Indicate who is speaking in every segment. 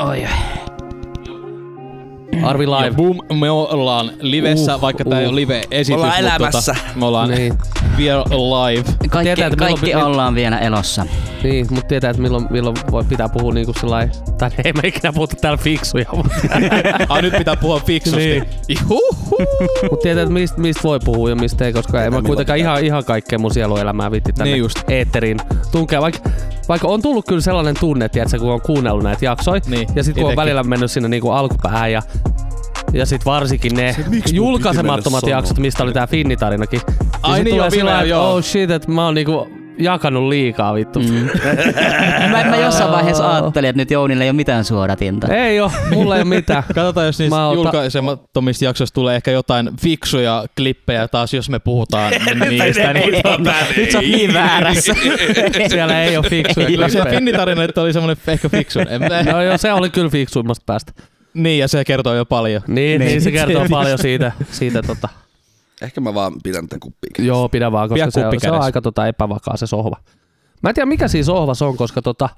Speaker 1: Oi, oi.
Speaker 2: Arvi Live.
Speaker 3: Ja boom, me ollaan livessä, uh, vaikka tää ei
Speaker 2: uh.
Speaker 3: ole live-esitys.
Speaker 4: Me ollaan
Speaker 3: mut
Speaker 4: elämässä.
Speaker 3: Tota, me ollaan
Speaker 2: Niin,
Speaker 3: vielä live.
Speaker 1: Kaikki,
Speaker 2: Tietää, että
Speaker 1: kaikki
Speaker 2: milloin-
Speaker 1: ollaan vielä elossa.
Speaker 2: niin, mutta tietää, että milloin, milloin voi pitää puhua niinku sellainen, tai ei me ikinä puhuta täällä fiksuja,
Speaker 3: Ai Ah, nyt pitää puhua fiksusti.
Speaker 2: Niin. mutta tietää, että mistä, mistä voi puhua ja mistä ei, koska ei mä
Speaker 4: milloin
Speaker 2: kuitenkaan ihan, ihan kaikkea mun sieluelämää viitti tänne
Speaker 3: Niin just.
Speaker 2: eetteriin tunkea, vaikka vaikka on tullut kyllä sellainen tunne, tiedätkö, kun on kuunnellut näitä jaksoja,
Speaker 3: Niin,
Speaker 2: ja sitten kun on
Speaker 3: itekin.
Speaker 2: välillä mennyt sinne niinku alkupäähän ja ja sit varsinkin ne
Speaker 4: miksi mun piti
Speaker 2: julkaisemattomat
Speaker 4: mennä
Speaker 2: jaksot,
Speaker 4: sanomaan?
Speaker 2: mistä oli tää finnitarina. Niin
Speaker 3: Ai
Speaker 2: sit
Speaker 3: niin,
Speaker 2: tulee sillä
Speaker 3: joo, Ville,
Speaker 2: lailla, että
Speaker 3: joo.
Speaker 2: oh shit, että mä oon niinku jakanut liikaa vittu. Mm.
Speaker 1: Mä, mä jossain vaiheessa ajattelin, että nyt Jounilla ei ole mitään suodatinta.
Speaker 2: Ei oo, mulla ei oo mitään.
Speaker 3: Katsotaan, jos niistä
Speaker 2: Mä oon ta-
Speaker 3: julkaisemattomista jaksoista tulee ehkä jotain fiksuja klippejä taas, jos me puhutaan niistä. niin-
Speaker 1: Nyt sä oot niin väärässä.
Speaker 2: Siellä ei oo fiksuja
Speaker 3: Kyllä se
Speaker 2: klippejä.
Speaker 3: finnitarina että oli semmonen ehkä fiksu. En mä-
Speaker 2: No joo, se oli kyllä fiksuimmasta päästä.
Speaker 3: niin, ja se kertoo jo paljon.
Speaker 2: Niin, niin, se kertoo paljon siitä, siitä tota.
Speaker 4: Ehkä mä vaan pidän tämän kuppiin.
Speaker 2: Joo, pidä vaan, koska
Speaker 3: Pidä
Speaker 2: se on,
Speaker 3: kuppi
Speaker 2: se on
Speaker 3: kädessä.
Speaker 2: aika tota, epävakaa se sohva. Mä en tiedä mikä siinä sohvassa on, koska tota,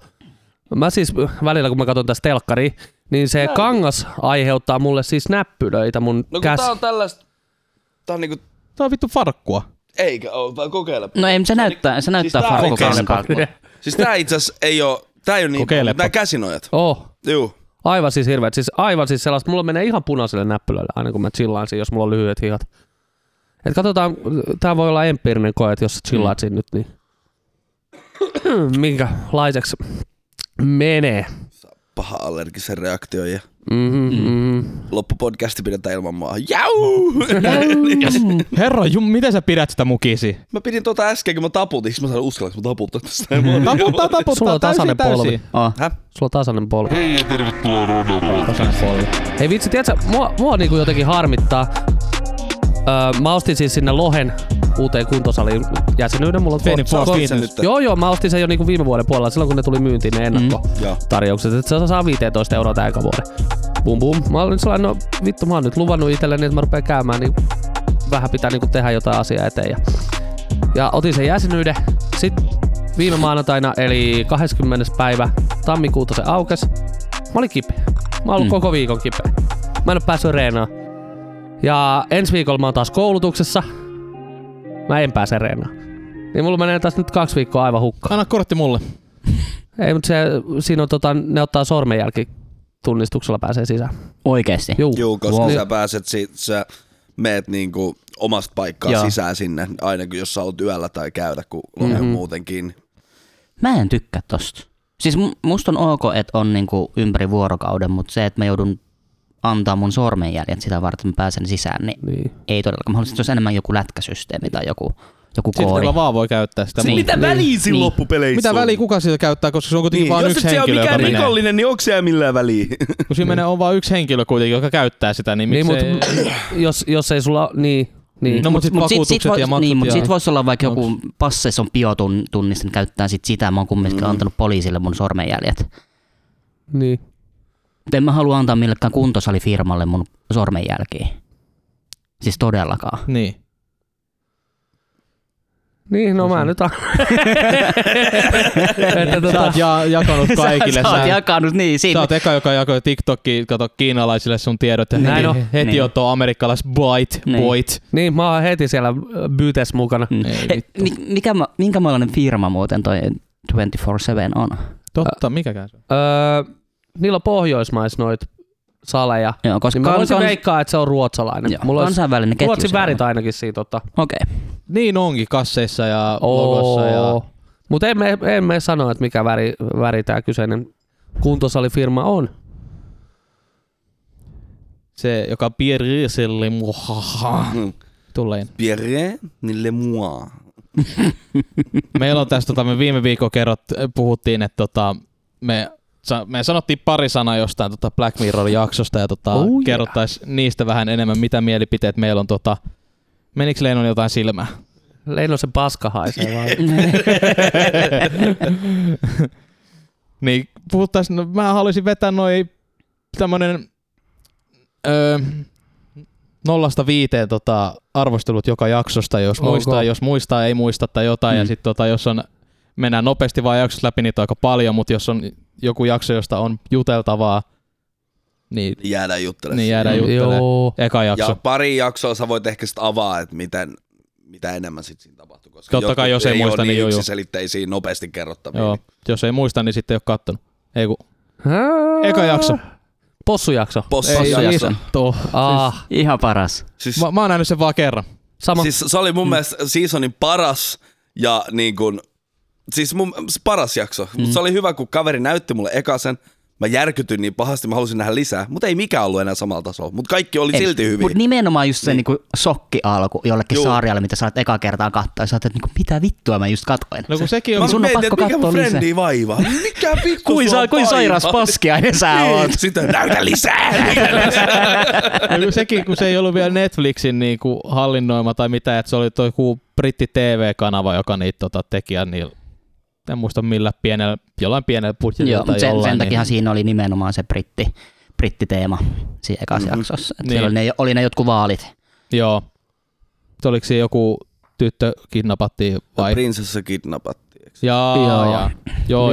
Speaker 2: mä siis välillä kun mä katson tästä telkkaria, niin se kangas aiheuttaa mulle siis näppylöitä mun
Speaker 4: No kun
Speaker 2: käs...
Speaker 4: tää on tällaista... Tää on niinku...
Speaker 3: Tää on vittu farkkua.
Speaker 4: Eikä oo, vaan kokeile.
Speaker 1: No ei, se näyttää, se näyttää
Speaker 4: Siis tää on
Speaker 1: farkkukankaalta.
Speaker 4: Siis tää itse asiassa ei oo... Tää ei oo niin...
Speaker 3: Kokeilepa.
Speaker 4: Nää käsinojat.
Speaker 2: Oh,
Speaker 4: Juu.
Speaker 2: aivan siis hirveet. Siis aivan siis sellaista, mulla menee ihan punaiselle näppylölle aina kun mä chillaan siinä, jos mulla on lyhyet hihat. Et katsotaan, tää voi olla empiirinen koe, että jos sä chillaat siinä nyt, niin minkälaiseksi menee.
Speaker 4: Paha allergisen reaktio ja
Speaker 2: Mm-hmm, mm-hmm.
Speaker 4: loppupodcasti pidetään ilman maa. Jau! Niin,
Speaker 3: Herra jum, miten sä pidät sitä mukisi?
Speaker 4: Mä pidin tota äsken, kun mä taputin. Siis mä sanoin, uskallanko mä taputtaa tästä? Mä olin-
Speaker 3: Taputtaa,
Speaker 2: Sulla
Speaker 3: taputtaa,
Speaker 2: on
Speaker 3: täysin,
Speaker 2: tasainen polvi.
Speaker 3: täysin.
Speaker 1: Oh.
Speaker 4: Häh?
Speaker 2: Sulla on tasainen polvi. Hei ja tervetuloa Tasainen polvi. Hei vitsi, tiedätkö, mua, mua niinku jotenkin harmittaa. Öö, mä ostin siis sinne Lohen uuteen kuntosaliin jäsenyyden. Mulla on
Speaker 3: Feni
Speaker 2: kor-
Speaker 3: for
Speaker 2: kor-
Speaker 4: Sen
Speaker 3: business.
Speaker 4: nyt.
Speaker 2: Joo, joo, mä ostin sen jo niinku viime vuoden puolella, silloin kun ne tuli myyntiin ne ennakkotarjoukset. Mm. Että se saa 15 euroa tää eka vuoden. Bum bum. Mä olin sellainen, no vittu, mä oon nyt luvannut itselleni, että mä rupean käymään, niin vähän pitää niinku tehdä jotain asiaa eteen. Ja, ja otin sen jäsenyyden. Sitten viime maanantaina, eli 20. päivä tammikuuta se aukes. Mä olin kipeä. Mä oon ollut mm. koko viikon kipeä. Mä en oo päässyt reenaan. Ja ensi viikolla mä oon taas koulutuksessa. Mä en pääse reenaan. Niin mulla menee taas nyt kaksi viikkoa aivan hukkaan.
Speaker 3: Anna kortti mulle.
Speaker 2: Ei, mutta se, siinä on tota, ne ottaa sormenjälki tunnistuksella pääsee sisään.
Speaker 1: Oikeesti.
Speaker 2: Juu.
Speaker 4: Juu, koska
Speaker 2: Wow.
Speaker 4: wow. sä pääset sit, sä meet niinku omasta paikkaa
Speaker 2: Joo.
Speaker 4: Joo. sisään sinne, aina kun jos sä oot yöllä tai käytä, kun lohi on
Speaker 2: Mhm.
Speaker 4: muutenkin.
Speaker 1: Mä en tykkää tosta. Siis mu- musta on ok, että on niinku ympäri vuorokauden, mutta se, että mä joudun antaa mun sormenjäljet sitä varten, että mä pääsen sisään, niin
Speaker 2: Niin.
Speaker 1: ei todellakaan. Mä haluaisin, että se olisi enemmän joku lätkäsysteemi tai joku, joku koodi.
Speaker 3: Sitten vaan voi käyttää
Speaker 4: Siis
Speaker 3: sitä.
Speaker 1: Niin.
Speaker 3: Mitä,
Speaker 1: Mitä
Speaker 4: väliä siinä
Speaker 1: Niin.
Speaker 4: loppupeleissä
Speaker 3: mitä väliä kuka sitä käyttää, koska se on kuitenkin niinku vaan yksi henkilö, joka menee.
Speaker 4: niin onko siellä millään väliä?
Speaker 3: Kun siinä menee, on vaan yksi henkilö kuitenkin, joka käyttää sitä, niin
Speaker 2: Niin,
Speaker 3: miksi
Speaker 2: mut,
Speaker 3: niin, ei...
Speaker 2: jos, jos ei sulla... Niin, niin.
Speaker 3: No mut sit
Speaker 1: Mut
Speaker 3: vakuutukset
Speaker 1: vois-
Speaker 3: ja maksut
Speaker 1: niin, mut
Speaker 3: ja...
Speaker 1: sit voisi olla vaikka joku passeissa on biotunniste, niin käyttää sit sitä. Mä oon kumminkin mm. antanut poliisille mun sormenjäljet.
Speaker 2: niin.
Speaker 1: Mut En mä halua antaa millekään kuntosalifirmalle mun sormenjälkiä. Siis todellakaan.
Speaker 3: Niin.
Speaker 2: Niin, no mä nyt... an- että
Speaker 3: Sä
Speaker 2: tota,
Speaker 3: oot ja, jakanut kaikille.
Speaker 1: sä,
Speaker 3: Sä,
Speaker 1: sä oot
Speaker 3: sä,
Speaker 1: jakanut niin sinne.
Speaker 3: oot eka, joka jakoi TikTokkiin, kato kiinalaisille sun tiedot ja
Speaker 2: Näin
Speaker 3: heti,
Speaker 2: on.
Speaker 3: heti
Speaker 1: Niin.
Speaker 3: niin. on tuo amerikkalais bite,
Speaker 1: Niin.
Speaker 3: niin. bite.
Speaker 2: niin, mä oon heti siellä ö, Bytes mukana.
Speaker 1: Mm.
Speaker 3: Ei
Speaker 1: He, mi- mikä, ma- minkä maalainen firma muuten toi 24-7 on?
Speaker 3: Totta, mikäkään se on.
Speaker 2: Öö, niillä on pohjoismais noit saleja.
Speaker 1: Joo, koska
Speaker 2: Niin mä voisin
Speaker 1: kans-
Speaker 2: veikkaa, että se on ruotsalainen.
Speaker 1: joo,
Speaker 2: Mulla olisi
Speaker 1: kansainvälinen ketju.
Speaker 2: Ruotsin
Speaker 1: se on.
Speaker 2: värit ainakin siitä tota, ottaa.
Speaker 1: Okei.
Speaker 3: Niin onkin kasseissa ja logossa ja...
Speaker 2: Mutta en, me- en me sano, että mikä väri, väri tämä kyseinen kuntosalifirma on.
Speaker 3: Se, joka pieriselle muhaha.
Speaker 4: Mm.
Speaker 3: Tulein.
Speaker 4: Pierre, niin niille mua.
Speaker 3: Meillä on tässä, tota, me viime viikon kerrot äh, puhuttiin, että tota, me, sa- me sanottiin pari sanaa jostain tota Black Mirror jaksosta ja tota,
Speaker 2: Oh
Speaker 3: oh,
Speaker 2: yeah.
Speaker 3: kerrottais niistä vähän enemmän, mitä mielipiteet meillä on. Tota, menikö Leinon jotain silmää?
Speaker 2: Leino se paska haisee vaan.
Speaker 3: Niin puhuttais, no, mä haluaisin vetää noin tämmönen öö, nollasta viiteen tota, arvostelut joka jaksosta, jos
Speaker 2: Ok.
Speaker 3: muistaa, jos muistaa, ei muista tai jotain. Mm. Ja
Speaker 1: Mm.
Speaker 3: sitten tota, jos on, mennään nopeasti vaan jaksossa läpi, niitä on aika paljon, mutta jos on joku jakso, josta on juteltavaa, niin,
Speaker 4: Niin jäädään juttelemaan.
Speaker 3: niin jäädään
Speaker 2: Mm,
Speaker 3: juttelemaan.
Speaker 2: joo.
Speaker 3: Eka jakso.
Speaker 4: Ja pari jaksoa sä voit ehkä sitten avaa, että miten, mitä enemmän sitten siinä tapahtuu. Koska
Speaker 3: Totta kai,
Speaker 4: jotkut
Speaker 3: jos ei
Speaker 4: oo
Speaker 3: muista, niin
Speaker 4: niin
Speaker 3: juu, juu.
Speaker 4: yksiselitteisiä nopeasti kerrottavia.
Speaker 3: Joo. Jos ei muista, niin sitten ei ole kattonut. Ei kun,
Speaker 2: Hää?
Speaker 3: eka jakso.
Speaker 2: Possujakso.
Speaker 4: Possu
Speaker 3: Ei,
Speaker 4: jakso.
Speaker 3: jakso. Tuo.
Speaker 2: Ah,
Speaker 1: Ihan paras.
Speaker 4: Siis,
Speaker 3: Mä, mä oon nähnyt sen vaan kerran.
Speaker 2: sama.
Speaker 4: siis se oli
Speaker 3: Mm.
Speaker 4: mun mielestä seasonin paras ja niin kun, siis mun se paras jakso. Mm. Mut se oli hyvä, kun kaveri näytti mulle ekasen. Mä järkytyin niin pahasti, mä halusin nähdä lisää, mutta ei mikään ollut enää samalla tasolla. Mutta kaikki oli silti hyviä.
Speaker 1: Mutta nimenomaan just se niin. niinku sokki alku jollekin
Speaker 4: Juu.
Speaker 1: sarjalle, mitä sä oot eka kertaa katsoa. Ja sä oot, että niinku, mitä vittua mä just katsoin.
Speaker 3: No kun sekin on...
Speaker 1: Sun on pakko
Speaker 4: että mikä mun
Speaker 1: katsoa lisää.
Speaker 4: frendi vaivaa. Mikä pikku
Speaker 1: Kuin,
Speaker 4: sua
Speaker 1: sä, kuin sairas
Speaker 4: vaivaa?
Speaker 1: paskiainen sä oot.
Speaker 4: Niin, sitä näytä lisää.
Speaker 3: No kun sekin, kun se ei ollut vielä Netflixin niin kuin hallinnoima tai mitä, että se oli toi joku britti TV-kanava, joka niitä tota, teki ja niillä, en muista millä pienellä, jollain pienellä budjetilla
Speaker 1: Joo,
Speaker 3: tai
Speaker 1: mutta sen,
Speaker 3: jollain.
Speaker 1: sen takia
Speaker 3: niin,
Speaker 1: siinä oli nimenomaan se britti, brittiteema siinä ekassa mm-hmm. jaksossa. Et niin. siellä oli ne, oli ne jotkut vaalit.
Speaker 3: Joo. Mut Oliko siinä joku tyttö kidnappattiin vai?
Speaker 4: Prinsessa kidnappattiin. eikö?
Speaker 3: Jaa,
Speaker 2: Joo.
Speaker 3: joo, jaa. joo,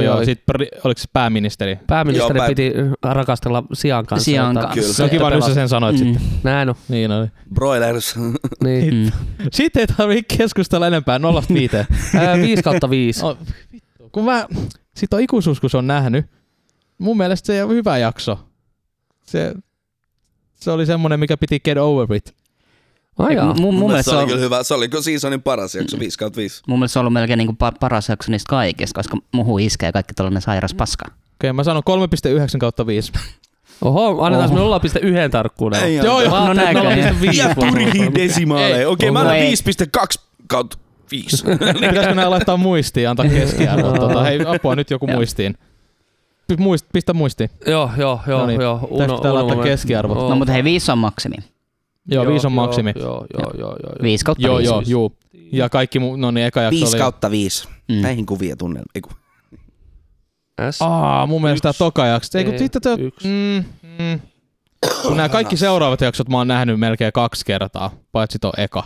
Speaker 2: Joo.
Speaker 3: joo. Sitten pri- oliko se pääministeri?
Speaker 2: Pääministeri
Speaker 4: Joo, pää-
Speaker 2: piti rakastella Sian kanssa.
Speaker 1: Sian
Speaker 2: jota-
Speaker 1: kanssa. Kyllä.
Speaker 3: Ah, Se on kiva, nyt sä sen sanoit mm. sitten.
Speaker 1: Mm-hmm.
Speaker 2: Näin on.
Speaker 3: Niin oli.
Speaker 4: Broilers.
Speaker 2: Niin.
Speaker 1: Mm.
Speaker 3: Sitten ei tarvitse keskustella enempää nollasta viiteen.
Speaker 2: Ää, 5 kautta 5.
Speaker 3: Oh, vittu. kun mä, sit on ikuisuus, kun se on nähnyt. Mun mielestä se on hyvä jakso. Se, se oli semmonen, mikä piti get over it.
Speaker 2: Ai jaa.
Speaker 1: Mun, mun,
Speaker 4: Mun
Speaker 1: mielestä
Speaker 4: mielestä se oli
Speaker 1: on-
Speaker 4: kyllä hyvä. Se oli kyllä seasonin paras jakso, 5 kautta 5.
Speaker 1: mun mielestä se on ollut melkein niinku pa- paras jakso niistä kaikista, koska muhu iskee kaikki tällainen
Speaker 3: Mm.
Speaker 1: sairas paska.
Speaker 3: Okei, mä sanon 3,9 kautta 5.
Speaker 2: Oho, annetaan me 0,1 tarkkuuden.
Speaker 4: Ei
Speaker 2: Mä
Speaker 4: anneta.
Speaker 2: ajattelin,
Speaker 1: No
Speaker 2: että
Speaker 1: näinkö?
Speaker 2: 0,5.
Speaker 4: Ja turhiin
Speaker 3: Ei.
Speaker 4: desimaaleja. Okei, mä
Speaker 1: Onko
Speaker 4: annan
Speaker 1: ei?
Speaker 4: 5,2 kautta 5.
Speaker 3: Pitäisikö nää laittaa muistiin, antaa keskiarvo.
Speaker 2: Joo.
Speaker 3: tota, hei, apua nyt joku
Speaker 1: Joo.
Speaker 3: muistiin. Pi- Muist, pistä muistiin.
Speaker 2: Joo, joo, joo,
Speaker 1: niin.
Speaker 3: Noniin.
Speaker 2: joo.
Speaker 3: Pitäis pitää laittaa keskiarvot.
Speaker 1: No mutta hei, viisi on maksimi.
Speaker 3: Joo, viisi on maksimi.
Speaker 2: Joo, joo, joo, joo. joo.
Speaker 1: Viisi kautta
Speaker 3: Joo,
Speaker 1: viisi.
Speaker 3: joo, juu. Ja kaikki muu, no niin, eka jakso
Speaker 4: 5
Speaker 3: oli.
Speaker 4: kautta 5.
Speaker 1: Mm.
Speaker 4: Näihin kuvia tunnelma. Eiku.
Speaker 2: S.
Speaker 3: Aa, mun mielestä tää toka jakso. Ei kun
Speaker 2: ei,
Speaker 3: sitten tää...
Speaker 2: yksi.
Speaker 3: Mm, mm. Kun nää kaikki seuraavat jaksot mä oon nähnyt melkein kaksi kertaa, paitsi toi eka.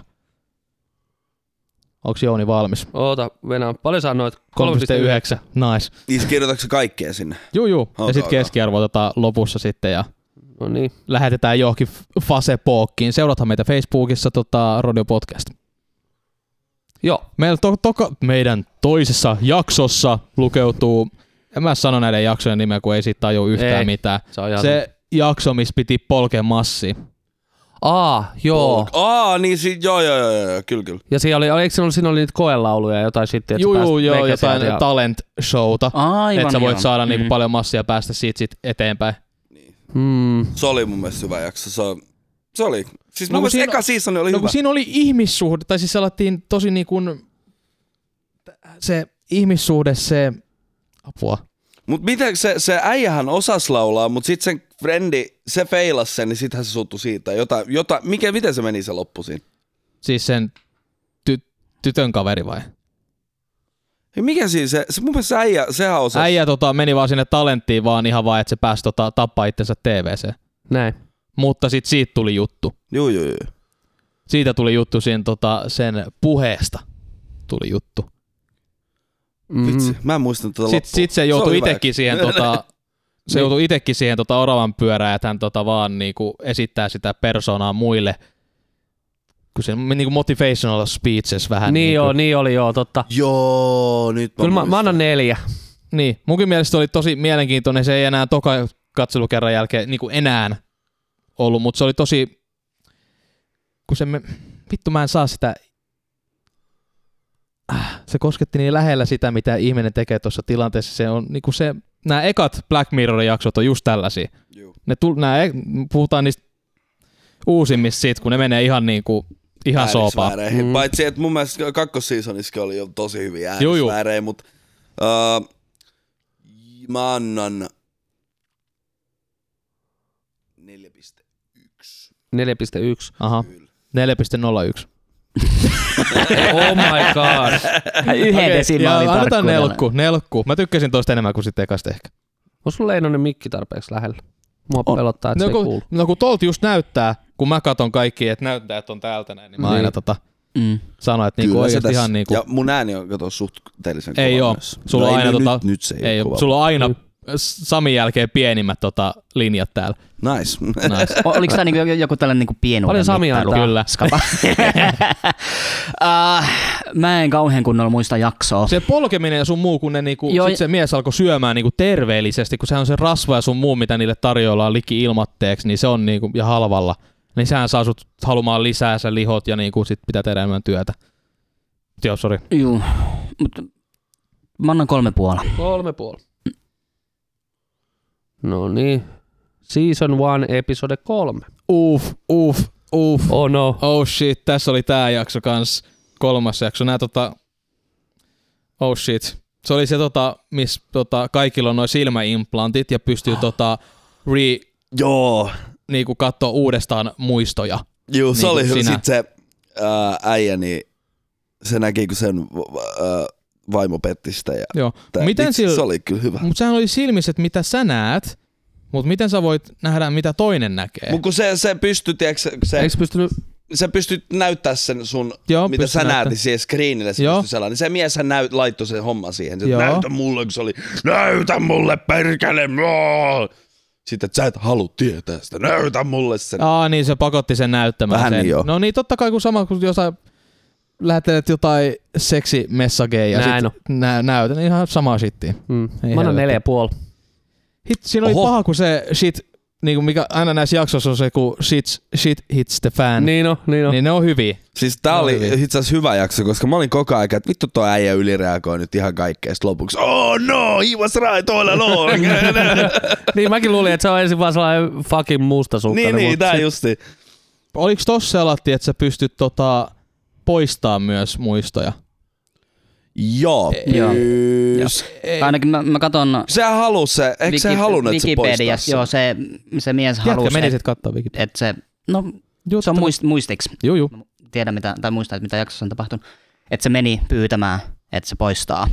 Speaker 3: Onks Jouni valmis?
Speaker 2: Oota, Venä, paljon sanoit? 3,9.
Speaker 3: 3,9. Nice.
Speaker 4: Niissä kirjoitatko sä kaikkea sinne?
Speaker 3: Juu, juu.
Speaker 4: Olkaa
Speaker 3: Ja sit
Speaker 4: hyvä.
Speaker 3: keskiarvo otetaan lopussa sitten ja
Speaker 2: No niin.
Speaker 3: lähetetään johonkin f- fasepookkiin. Seurathan meitä Facebookissa tota, Radio Podcast.
Speaker 2: Joo.
Speaker 3: Meillä to- toka- meidän toisessa jaksossa lukeutuu, en mä sano näiden jaksojen nimeä, kun ei siitä tajua yhtään
Speaker 2: Ei.
Speaker 3: ei. mitään.
Speaker 2: Se on ihan...
Speaker 3: Se jakso, missä piti polkea massi.
Speaker 2: Aa, joo.
Speaker 4: Aa, niin si- joo, joo, joo, joo, kyllä, kyllä.
Speaker 2: Ja siellä oli, eikö siinä ollut, siinä oli niitä koelauluja ja jotain sitten, että
Speaker 3: Juu,
Speaker 2: sä
Speaker 3: juu,
Speaker 2: pääsit
Speaker 3: joo,
Speaker 2: veke
Speaker 3: jotain
Speaker 2: sieltä
Speaker 3: talent showta.
Speaker 1: Aivan
Speaker 3: Että sä voit
Speaker 1: joo.
Speaker 3: saada niinku
Speaker 1: Mm.
Speaker 3: paljon massia ja päästä siitä sit eteenpäin.
Speaker 2: Mm.
Speaker 4: Se oli mun mielestä hyvä jakso. Se, on- se oli. Siis
Speaker 3: No, kun
Speaker 4: mun mielestä
Speaker 3: siinä-
Speaker 4: eka season oli
Speaker 3: No
Speaker 4: hyvä.
Speaker 3: kun siinä oli ihmissuhde, tai siis selattiin tosi niin kuin, se ihmissuhde, se apua.
Speaker 4: Mut miten se, se äijähän osas laulaa, mut sit sen frendi, se feilas sen, niin sittenhän se suuttui siitä. Jota, jota, mikä, miten se meni se loppu siinä?
Speaker 3: Siis sen ty- tytön kaveri vai?
Speaker 4: Ei, Mikä siinä se, se mun mielestä se äijä, sehän osasi.
Speaker 3: Äijä tota, meni vaan sinne talenttiin vaan ihan vaan, että se pääsi tota, tappaa itsensä TVC.
Speaker 2: Näin.
Speaker 3: Mutta sit siitä tuli juttu.
Speaker 4: Joo, joo, joo.
Speaker 3: Siitä tuli juttu siinä, tota, sen puheesta tuli juttu.
Speaker 2: Mm.
Speaker 4: Vitsi, mä en muistanut tätä
Speaker 3: Sitten
Speaker 4: loppua.
Speaker 3: Mm-hmm. sit se
Speaker 4: tuota on
Speaker 3: joutui
Speaker 4: hyvä Niin.
Speaker 3: itsekin
Speaker 4: jakso.
Speaker 3: siihen, tota, se joutui itekin siihen tota, oravan pyörään, että hän tota, vaan niinku, esittää sitä persoonaa muille. Kun se niinku motivational speeches
Speaker 2: Niin,
Speaker 3: vähän.
Speaker 2: niin
Speaker 3: niinku,
Speaker 2: joo, niin oli joo, totta.
Speaker 4: Joo, nyt mä
Speaker 2: Kyllä mä, mä
Speaker 4: muistan.
Speaker 2: annan neljä.
Speaker 3: Niin, munkin mielestä oli tosi mielenkiintoinen. Se ei enää toka katselukerran jälkeen niin kuin enää ollut, mutta se oli tosi... Kun se me... Vittu, mä en saa sitä... Ah, Se kosketti niin lähellä sitä, mitä ihminen tekee tuossa tilanteessa. Se on niin kuin se... Nämä ekat Black Mirror-jaksot on just tällaisia.
Speaker 4: Juu.
Speaker 3: Ne tul... Nämä e... Puhutaan niistä uusimmista siitä, kun ne menee ihan niin kuin... Ihan soopaa.
Speaker 4: Äänissvääreihin.
Speaker 2: Mm.
Speaker 4: Paitsi, että mun mielestä kakkosseasonissakin oli jo tosi hyviä
Speaker 3: Juu, juu.
Speaker 4: äänissväärejä, mutta uh, mä annan 4,1.
Speaker 2: 4,1.
Speaker 3: Aha. 4.01.
Speaker 2: Oh my god.
Speaker 1: Ai, Yhden okay,
Speaker 3: Okei,
Speaker 1: desimaalin
Speaker 3: jaa, Annetaan
Speaker 1: tarkkuudella.
Speaker 3: nelkku, nelkku. Mä tykkäsin toista enemmän kuin sitten ekasta ehkä.
Speaker 2: Onko sulla Leinonen mikki tarpeeksi lähellä? Mua on. pelottaa, että no,
Speaker 3: No
Speaker 2: se ei
Speaker 3: kun,
Speaker 2: kuulu.
Speaker 3: no kun tolta just näyttää, kun mä katon kaikki, että näyttää, että on täältä näin, niin mä
Speaker 2: Niin.
Speaker 3: aina tota,
Speaker 1: Mm.
Speaker 3: sanon, että niinku
Speaker 4: Kyllä se
Speaker 3: oikeasti
Speaker 4: tässä-
Speaker 3: ihan niinku,
Speaker 4: Ja mun ääni on, kato, suhteellisen
Speaker 3: Ei
Speaker 4: kova
Speaker 3: oo.
Speaker 4: myös. No
Speaker 3: Sulla on
Speaker 4: ei,
Speaker 3: aina
Speaker 4: nyt,
Speaker 3: tota-
Speaker 4: nyt, nyt se ei,
Speaker 3: ei,
Speaker 4: ole kova.
Speaker 3: sulla on aina Samin jälkeen pienimmät tota, linjat täällä.
Speaker 4: Nice.
Speaker 3: Nice.
Speaker 1: O- Oliko tämä niinku joku tällainen niinku pienuuden
Speaker 2: Paljon Sami
Speaker 1: mittailu?
Speaker 3: antaa. Kyllä.
Speaker 1: Skapa. Äh, mä en kauhean kunnolla muista jaksoa.
Speaker 3: Se polkeminen ja sun muu, kun ne niinku,
Speaker 1: Joo,
Speaker 3: Joo,
Speaker 1: ja-
Speaker 3: sit se mies alkoi syömään niinku terveellisesti, kun sehän on se rasva ja sun muu, mitä niille tarjoillaan liki ilmatteeksi, niin se on niinku, ja halvalla. Niin sehän saa sut halumaan lisää sen lihot ja niinku sit pitää tehdä enemmän työtä. Mut Joo, sori.
Speaker 1: Juu, mutta mä annan kolme puola.
Speaker 2: Kolme puoli. No niin. Season 1, episode 3.
Speaker 3: Uff, uff, uff.
Speaker 2: Oh no.
Speaker 3: Oh shit, tässä oli tää jakso kans. Kolmas jakso. Nää tota... Oh shit. Se oli se tota, missä tota, kaikilla on noin silmäimplantit ja pystyy
Speaker 4: Ah.
Speaker 3: tota, re,
Speaker 4: Joo.
Speaker 3: niinku katsoa uudestaan muistoja.
Speaker 4: Juu, se
Speaker 3: Niin
Speaker 4: oli
Speaker 3: kuin
Speaker 4: hyvä.
Speaker 3: sinä.
Speaker 4: Sitten se ää, äijä, niin se näki, kun sen ää, vaimo petti sitä. Ja
Speaker 3: Joo.
Speaker 4: tää,
Speaker 3: Miten
Speaker 4: vitsi, Se
Speaker 3: sillä... Mm.
Speaker 4: oli kyllä hyvä.
Speaker 3: Mut sehän oli silmissä, että mitä sä näet, mutta miten sä voit nähdä, mitä toinen näkee?
Speaker 4: Mut kun se, se pystyi, tiedätkö, se, se,
Speaker 2: Eikö pystynyt...
Speaker 4: sä pystyt näyttää sen sun,
Speaker 3: Joo,
Speaker 4: Joo, mitä
Speaker 3: pystyn
Speaker 4: sä näet,
Speaker 3: näyttää.
Speaker 4: niin siihen screenille se
Speaker 3: Joo.
Speaker 4: pystyi sellainen. Se mies hän näyt, laittoi sen homman siihen. Se,
Speaker 3: Joo.
Speaker 4: näytä mulle, kun se oli, näytä mulle, perkele, moo! Sitten, että sä et halua tietää sitä, näytä mulle sen.
Speaker 3: Aa, niin se pakotti sen näyttämään.
Speaker 4: Vähän
Speaker 3: sen.
Speaker 4: niin joo.
Speaker 3: No niin, totta kai kun sama, kun jossain lähettelet jotain seksimessageja ja
Speaker 2: Näin
Speaker 3: sit nä- näytän niin ihan samaa shittiä.
Speaker 2: Mm.
Speaker 3: Ei
Speaker 2: Mä annan
Speaker 3: helvetti.
Speaker 2: neljä ja puoli.
Speaker 3: Hit, siinä oli
Speaker 4: Oho.
Speaker 3: paha, kun se shit, niin kuin mikä aina näissä jaksoissa on se, kun shit, shit hits the fan.
Speaker 2: Niin
Speaker 3: Niin,
Speaker 2: no, niin no.
Speaker 3: niin ne on hyviä.
Speaker 4: Siis tää
Speaker 3: No
Speaker 4: oli
Speaker 3: hyvin.
Speaker 4: itse asiassa hyvä jakso, koska mä olin koko ajan, että vittu toi äijä ylireagoi nyt ihan kaikkea. Sitten lopuksi, oh no, he was right all along.
Speaker 2: niin mäkin luulin, että se on ensin vaan sellainen fucking mustasukkainen.
Speaker 4: niin, niin,
Speaker 2: mutta
Speaker 4: tää
Speaker 2: sit-
Speaker 4: justi.
Speaker 3: Oliko tossa selatti, että sä pystyt tota, poistaa myös muistoja?
Speaker 4: Joo,
Speaker 3: E-
Speaker 1: Joo.
Speaker 4: pyys.
Speaker 1: Ei. Ainakin mä, mä katon
Speaker 4: Sehän halus se, eikö se
Speaker 1: Wiki-
Speaker 4: halunnut, että se poistaa
Speaker 1: Wikipediassa,
Speaker 4: sen?
Speaker 1: Joo, se, se mies
Speaker 3: Jatka,
Speaker 1: halusi,
Speaker 3: menisit
Speaker 1: että
Speaker 3: katsoa Wikipedia.
Speaker 1: et se, no se on muist, muistiksi,
Speaker 3: Juu, juu.
Speaker 1: tiedä mitä, tai muista, että mitä jaksossa on tapahtunut, että se meni pyytämään, että se poistaa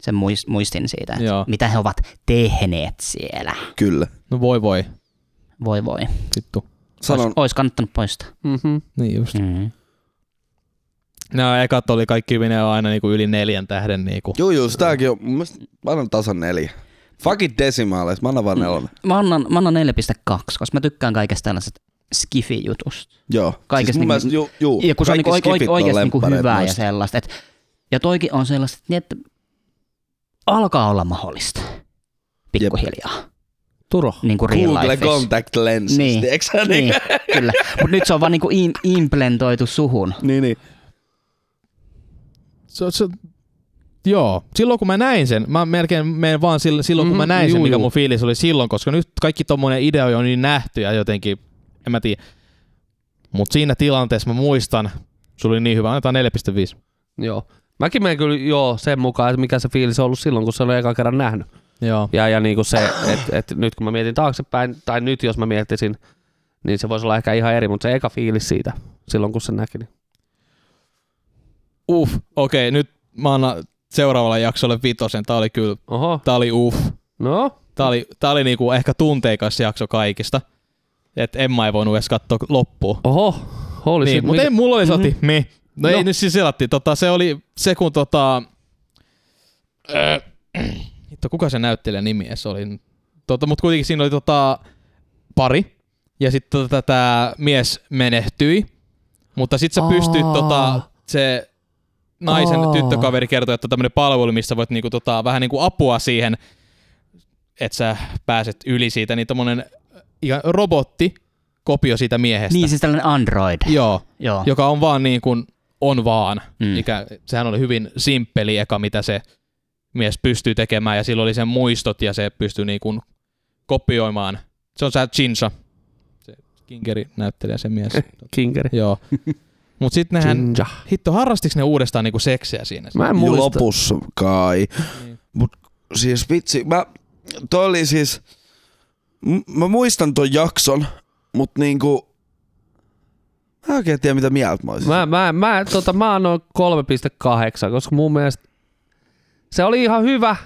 Speaker 1: sen muis- muistin siitä, että
Speaker 3: Joo.
Speaker 1: mitä he ovat tehneet siellä.
Speaker 4: Kyllä.
Speaker 3: No voi voi,
Speaker 1: Voi voi,
Speaker 3: vittu.
Speaker 4: Sanon,
Speaker 1: Ois- ois kannattanut poistaa.
Speaker 2: Mhm.
Speaker 3: Niin just.
Speaker 1: Mm.
Speaker 3: Nämä ekat oli kaikki minä on aina niinku yli neljän tähden niinku.
Speaker 4: Juu, juu, tääkin on, mun mielestä mä annan tasan neljä. Fuck it desimaaleista, mä annan
Speaker 1: Mm.
Speaker 4: vaan nelonen.
Speaker 1: Mä annan, mä annan 4,2, koska mä tykkään kaikesta tällaisesta skifi-jutusta.
Speaker 4: Joo.
Speaker 1: Kaikessa
Speaker 4: siis mun
Speaker 1: niinku-
Speaker 4: mielestä, juu,
Speaker 3: Uh,
Speaker 4: juu,
Speaker 1: Ja kun se on niinku
Speaker 4: kaikki
Speaker 1: oike-
Speaker 4: skifit
Speaker 1: oike-
Speaker 4: on
Speaker 1: oikeasti niinku
Speaker 4: lemppareita
Speaker 1: hyvää ja
Speaker 4: noista.
Speaker 1: sellaista. Et, ja toikin on sellaista, niin että alkaa olla mahdollista. Pikkuhiljaa.
Speaker 2: Turo.
Speaker 1: Niin kuin real
Speaker 4: Google
Speaker 1: life.
Speaker 4: contact lenses,
Speaker 1: Niin.
Speaker 4: niin. eikö sä niin?
Speaker 1: Niin, kyllä. Mutta nyt se on vaan niinku im- implantoitu suhun.
Speaker 4: niin, niin.
Speaker 3: Se, se, joo, silloin kun mä näin sen, mä melkein menen vaan sille, silloin kun mä
Speaker 2: Mhm,
Speaker 3: näin sen,
Speaker 2: juu,
Speaker 3: mikä
Speaker 2: juu.
Speaker 3: mun fiilis oli silloin, koska nyt kaikki tommonen idea on niin nähty ja jotenkin, en mä tiedä. Mut siinä tilanteessa mä muistan, sulla oli niin hyvä, annetaan 4,5.
Speaker 2: Joo. Mäkin menen kyllä joo sen mukaan, että mikä se fiilis on ollut silloin, kun se oli eka kerran nähnyt.
Speaker 3: Joo.
Speaker 2: Ja, ja niin kuin se, että et nyt kun mä mietin taaksepäin, tai nyt jos mä miettisin, niin se voisi olla ehkä ihan eri, mutta se eka fiilis siitä, silloin kun se näki. Niin.
Speaker 3: Uff, okei, nyt mä annan seuraavalle jaksolle vitosen. Tää oli kyllä,
Speaker 2: Oho,
Speaker 3: tää oli uff.
Speaker 2: no,
Speaker 3: Tää oli, tää oli niinku ehkä tunteikas jakso kaikista. Et Emma ei voinut edes katsoa loppuun.
Speaker 2: oho, holy
Speaker 3: Niin,
Speaker 2: shit.
Speaker 3: mutta ei mulla oli
Speaker 2: Mhm.
Speaker 3: soti. Mm-hmm. Me. No, no,
Speaker 2: No.
Speaker 3: ei nyt siis selattiin. Tota, se oli se kun tota... Äh, hitto, kuka se näyttelijä nimi edes oli? Tota, mutta kuitenkin siinä oli tota, pari. Ja sitten tota, tämä mies menehtyi. Mutta sitten sä pystyt
Speaker 2: Aa.
Speaker 3: tota, se naisen
Speaker 2: Aa.
Speaker 3: tyttökaveri kertoi, että on tämmöinen palvelu, missä voit niinku, tota, vähän niinku apua siihen, että sä pääset yli siitä, niin tommonen ihan robotti kopio siitä miehestä.
Speaker 1: Niin siis tällainen android.
Speaker 3: Joo
Speaker 1: Joo.
Speaker 3: joka on vaan niin kuin on vaan.
Speaker 1: Mm.
Speaker 3: Mm. Ikä, sehän oli hyvin simppeli eka, mitä se mies pystyy tekemään, ja sillä oli sen muistot, ja se pystyy niin kuin kopioimaan. Se on sä Jinsa, se Kinkeri näyttelijä se mies.
Speaker 2: Kinkeri.
Speaker 3: Joo. Mut sit nehän,
Speaker 2: Jinja.
Speaker 3: hitto, harrastiks ne uudestaan niinku seksiä siinä?
Speaker 2: Mä en
Speaker 4: Juu,
Speaker 2: muista.
Speaker 4: Lopussa kai.
Speaker 3: Niin.
Speaker 4: Mut siis vitsi, mä, toi oli siis, m- mä muistan ton jakson, mut niinku, mä en oikein tiedä mitä mieltä mä olisin.
Speaker 2: Mä, mä, mä, tota, mä annoin 3,8, koska mun mielestä se oli ihan hyvä.